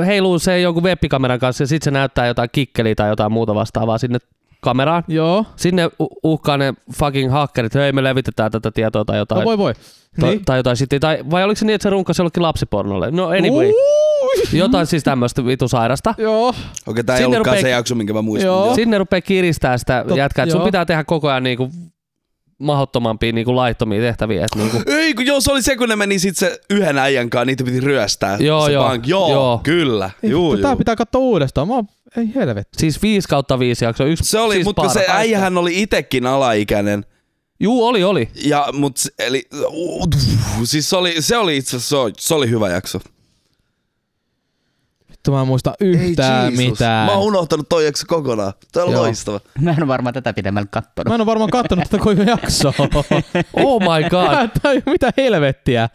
Speaker 2: heiluu se jonkun webbikameran kanssa ja sitten se näyttää jotain kikkeliä tai jotain muuta vastaavaa sinne kameraan.
Speaker 3: Joo.
Speaker 2: Sinne u- uhkaa ne fucking hakkerit, hei me levitetään tätä tietoa tai jotain.
Speaker 3: No voi voi.
Speaker 2: tai,
Speaker 3: Niin.
Speaker 2: tai jotain sitten, tai, vai oliko se niin, että se runkasi jollekin lapsipornolle? No anyway,
Speaker 3: Ui.
Speaker 2: jotain siis tämmöistä vitu sairasta.
Speaker 3: Joo.
Speaker 4: Okei, tää ei
Speaker 2: Sinne
Speaker 4: ollutkaan
Speaker 2: rupee-
Speaker 4: se jakso, minkä mä muistin.
Speaker 3: Joo.
Speaker 4: Joo.
Speaker 2: Sinne rupeaa kiristää sitä
Speaker 3: Tot-
Speaker 2: jätkää, että sun
Speaker 3: joo.
Speaker 2: pitää tehdä koko ajan niinku mahdottomampia niinku laittomia tehtäviä. Et niinku,
Speaker 4: Ei, kun joo, se oli se, kun ne meni sit se yhden äijän kanssa, niitä piti ryöstää.
Speaker 2: Joo,
Speaker 4: se
Speaker 2: joo,
Speaker 4: pank- joo,
Speaker 2: joo.
Speaker 4: joo, kyllä. Juu,
Speaker 3: Juu,
Speaker 4: juu.
Speaker 3: Tää pitää katsoa uudestaan. Mä oon... Ei helvetti.
Speaker 2: siis 5 kautta 5 jakso. Yksi,
Speaker 4: Se oli,
Speaker 2: siis
Speaker 4: siis mutta se
Speaker 2: parhaista.
Speaker 4: äijähän oli itekin alaikäinen.
Speaker 2: Juu, oli, oli.
Speaker 4: Ja, mut, se- eli, uh, siis se oli, se oli itse asiassa, se oli- se oli hyvä jakso.
Speaker 3: Vittu, mä en muista yhtään
Speaker 4: Jeesus.
Speaker 3: mitään.
Speaker 4: Mä oon unohtanut toi jakso kokonaan. Tää on
Speaker 3: Joo.
Speaker 4: loistava.
Speaker 1: Mä en ole varmaan tätä pidemmälle kattonut.
Speaker 3: Mä en oo varmaan kattonut tätä koko jaksoa.
Speaker 2: Oh my god.
Speaker 3: Tää on mitä helvettiä.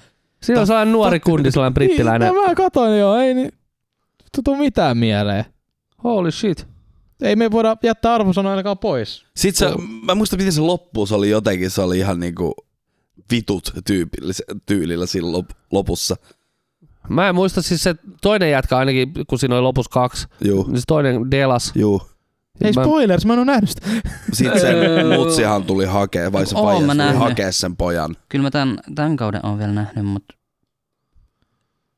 Speaker 2: Siinä on sellainen nuori kundi, sellainen brittiläinen.
Speaker 3: Niin, no mä katoin joo, ei niin. Vittu tuu mitään mieleen.
Speaker 2: Holy shit.
Speaker 3: Ei me voida jättää arvosanoja ainakaan pois.
Speaker 4: Sit se, mä muistan, miten se loppuu. Se oli jotenkin, se oli ihan niinku vitut tyypillis- tyylillä siinä lop- lopussa.
Speaker 2: Mä en muista, siis se toinen jätkä ainakin, kun siinä oli lopussa kaksi,
Speaker 4: Juu,
Speaker 2: niin se toinen delas.
Speaker 4: juu.
Speaker 3: Ei
Speaker 2: Mä-
Speaker 3: spoilers, Siis mä en oo nähnyt sitä.
Speaker 4: Sitten se mutsihan tuli hakee, vai se
Speaker 1: Öö. Oon
Speaker 4: vaija
Speaker 1: mä
Speaker 4: tuli
Speaker 1: nähnyt.
Speaker 4: hakee sen pojan.
Speaker 1: Kyllä mä tämän, tämän kauden oon vielä nähnyt, mutta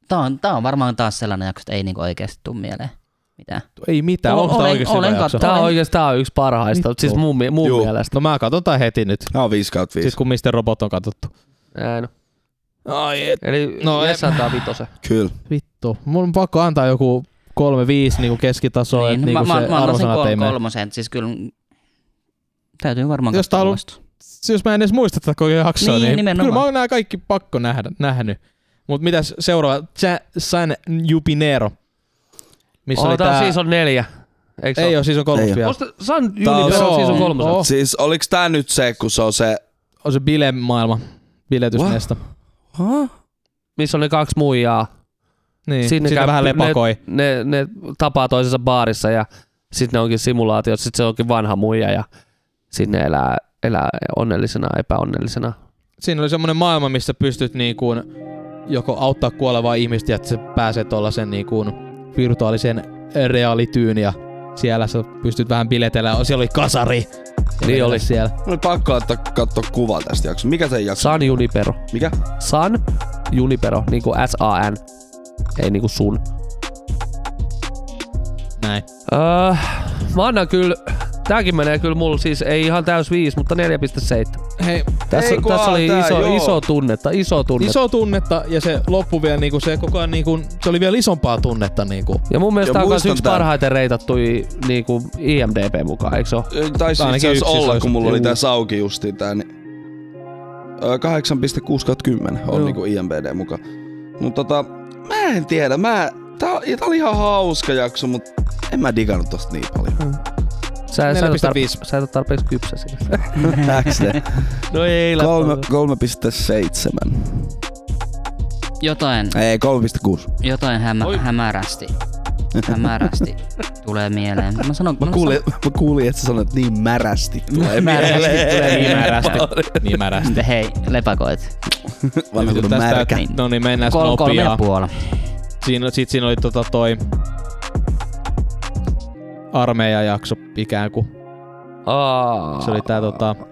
Speaker 1: tää on, tää on varmaan taas sellainen jakso, että ei niinku oikeasti tuu mieleen mitään.
Speaker 3: Ei mitään,
Speaker 1: Olen-
Speaker 3: onko tää
Speaker 1: olen-
Speaker 3: oikeesti
Speaker 1: olen
Speaker 3: hyvä jakso?
Speaker 1: kattonut.
Speaker 2: Tää on
Speaker 1: Olen-
Speaker 2: oikeastaan yksi parhaista,
Speaker 3: Vittu.
Speaker 2: siis mun, mie- mun
Speaker 4: Juu.
Speaker 2: mielestä.
Speaker 3: No mä katon tää heti nyt,
Speaker 4: Nää on 5 kautta 5.
Speaker 3: siis kun Mr. Robot on katsottu.
Speaker 2: Näin.
Speaker 3: Ai et.
Speaker 2: no. Eli
Speaker 3: No,
Speaker 2: no,
Speaker 3: en-
Speaker 2: Jessataan vitosen.
Speaker 4: Kyllä.
Speaker 3: Vittu, mun on pakko antaa joku 3-5 niinku keskitasoa, niin, että
Speaker 1: mä, mä,
Speaker 3: niinku se
Speaker 1: mä annan sen
Speaker 3: arvosanat ei
Speaker 1: kol-
Speaker 3: mene.
Speaker 1: kolmosen, siis kyllä Täytyy varmaan
Speaker 3: Jos
Speaker 1: katsoa
Speaker 3: tää on-
Speaker 1: uudestaan.
Speaker 3: Siis jos mä en edes muista tätä koko jaksoa,
Speaker 1: Niin,
Speaker 3: niin,
Speaker 1: nimenomaan.
Speaker 3: kyllä mä oon nämä kaikki pakko nähdä, nähnyt. Mutta mitäs seuraava? Cha- San Jupinero. Missä oli
Speaker 2: Oh, tää
Speaker 3: tää...
Speaker 2: on
Speaker 1: siis
Speaker 2: season neljä. Eikö
Speaker 3: Ei oo, siis on kolmas
Speaker 4: Ei oo.
Speaker 3: vielä.
Speaker 2: Osta, San
Speaker 4: Tää on-
Speaker 2: Junipero on season kolmoselta.
Speaker 3: on,
Speaker 4: Siis oliks tää nyt se, kun se on se...
Speaker 3: on se bilemaailma. Biletysmesta.
Speaker 4: Huh?
Speaker 2: missä on ne kaksi muijaa.
Speaker 3: Niin,
Speaker 2: Sinne
Speaker 3: Sinne sitä
Speaker 2: käy-
Speaker 3: vähän lepakoi.
Speaker 2: Ne, ne tapaa toisensa baarissa ja sitten ne onkin simulaatiot, sitten se onkin vanha muija ja sitten ne elää, elää onnellisena, epäonnellisena.
Speaker 3: Siinä oli semmoinen maailma, missä pystyt niin kuin joko auttaa kuolevaa ihmistä, ja että se pääsee tuollaisen niin kuin virtuaalisen reaalityyn ja siellä sä pystyt vähän biletellä. Siellä oli kasari.
Speaker 2: Niin oli.
Speaker 3: siellä.
Speaker 4: Oli No pakko ottaa katsoa kuva tästä jaksosta. Mikä se jakso?
Speaker 2: San Junipero.
Speaker 4: Mikä?
Speaker 2: San Junipero, niin kuin S-A-N. Ei niin kuin sun.
Speaker 3: Näin.
Speaker 2: Öö, mä annan kyllä, tääkin menee kyllä mulla siis, ei ihan täys 5, mutta 4,7.
Speaker 3: Hei,
Speaker 2: Tässä,
Speaker 4: Ei, kun
Speaker 2: tässä
Speaker 4: aa,
Speaker 2: oli
Speaker 4: tää,
Speaker 2: iso,
Speaker 4: joo.
Speaker 2: iso tunnetta, iso tunnetta.
Speaker 3: iso tunnetta ja se loppu vielä niinku se koko ajan niinku, se oli vielä isompaa tunnetta niinku.
Speaker 2: Ja mun mielestä
Speaker 4: Ja
Speaker 2: tää on kans
Speaker 4: muistan
Speaker 2: yksi
Speaker 4: tän.
Speaker 2: parhaiten reitattuja niinku IMDB mukaan, eikö se oo?
Speaker 4: Ö, Taisi
Speaker 3: Ainakin
Speaker 4: Äh, siis itse asiassa
Speaker 3: yksi
Speaker 4: olla,
Speaker 3: iso-
Speaker 4: kun mulla oli
Speaker 3: juu.
Speaker 4: tässä auki justiin tää, niin... äh, Ö, 8.610 on niinku IMBD mukaan. Mut tota, mä en tiedä, mä... Tää, oli- tää oli ihan hauska jakso, mut en mä digannut tosta niin paljon.
Speaker 2: Sä, sä, et oo
Speaker 3: 4,5.
Speaker 2: tar- sä et oo tarpeeksi kypsä sille.
Speaker 4: Näks te?
Speaker 2: No ei
Speaker 4: Kolme- 3.7.
Speaker 1: Jotain,
Speaker 4: Ei, 3.6.
Speaker 1: jotain hämä,
Speaker 2: Oi.
Speaker 1: hämärästi. Hämärästi tulee mieleen. Mä sanon,
Speaker 4: Mä kuulin, mä kuulin, että sä sanoit niin märästi. Tulee mieleen.
Speaker 3: Nimärästi. Nimärästi.
Speaker 1: Sanon, hei, lepakoit.
Speaker 4: Vanha kun märkä.
Speaker 1: niin.
Speaker 3: no niin, mennään
Speaker 1: Kol, kolme ja
Speaker 3: nopeaa.
Speaker 1: puoli.
Speaker 3: Siinä, sit siinä oli tota toi armeijajakso ikään kuin.
Speaker 2: Aa,
Speaker 3: Se oli tää tota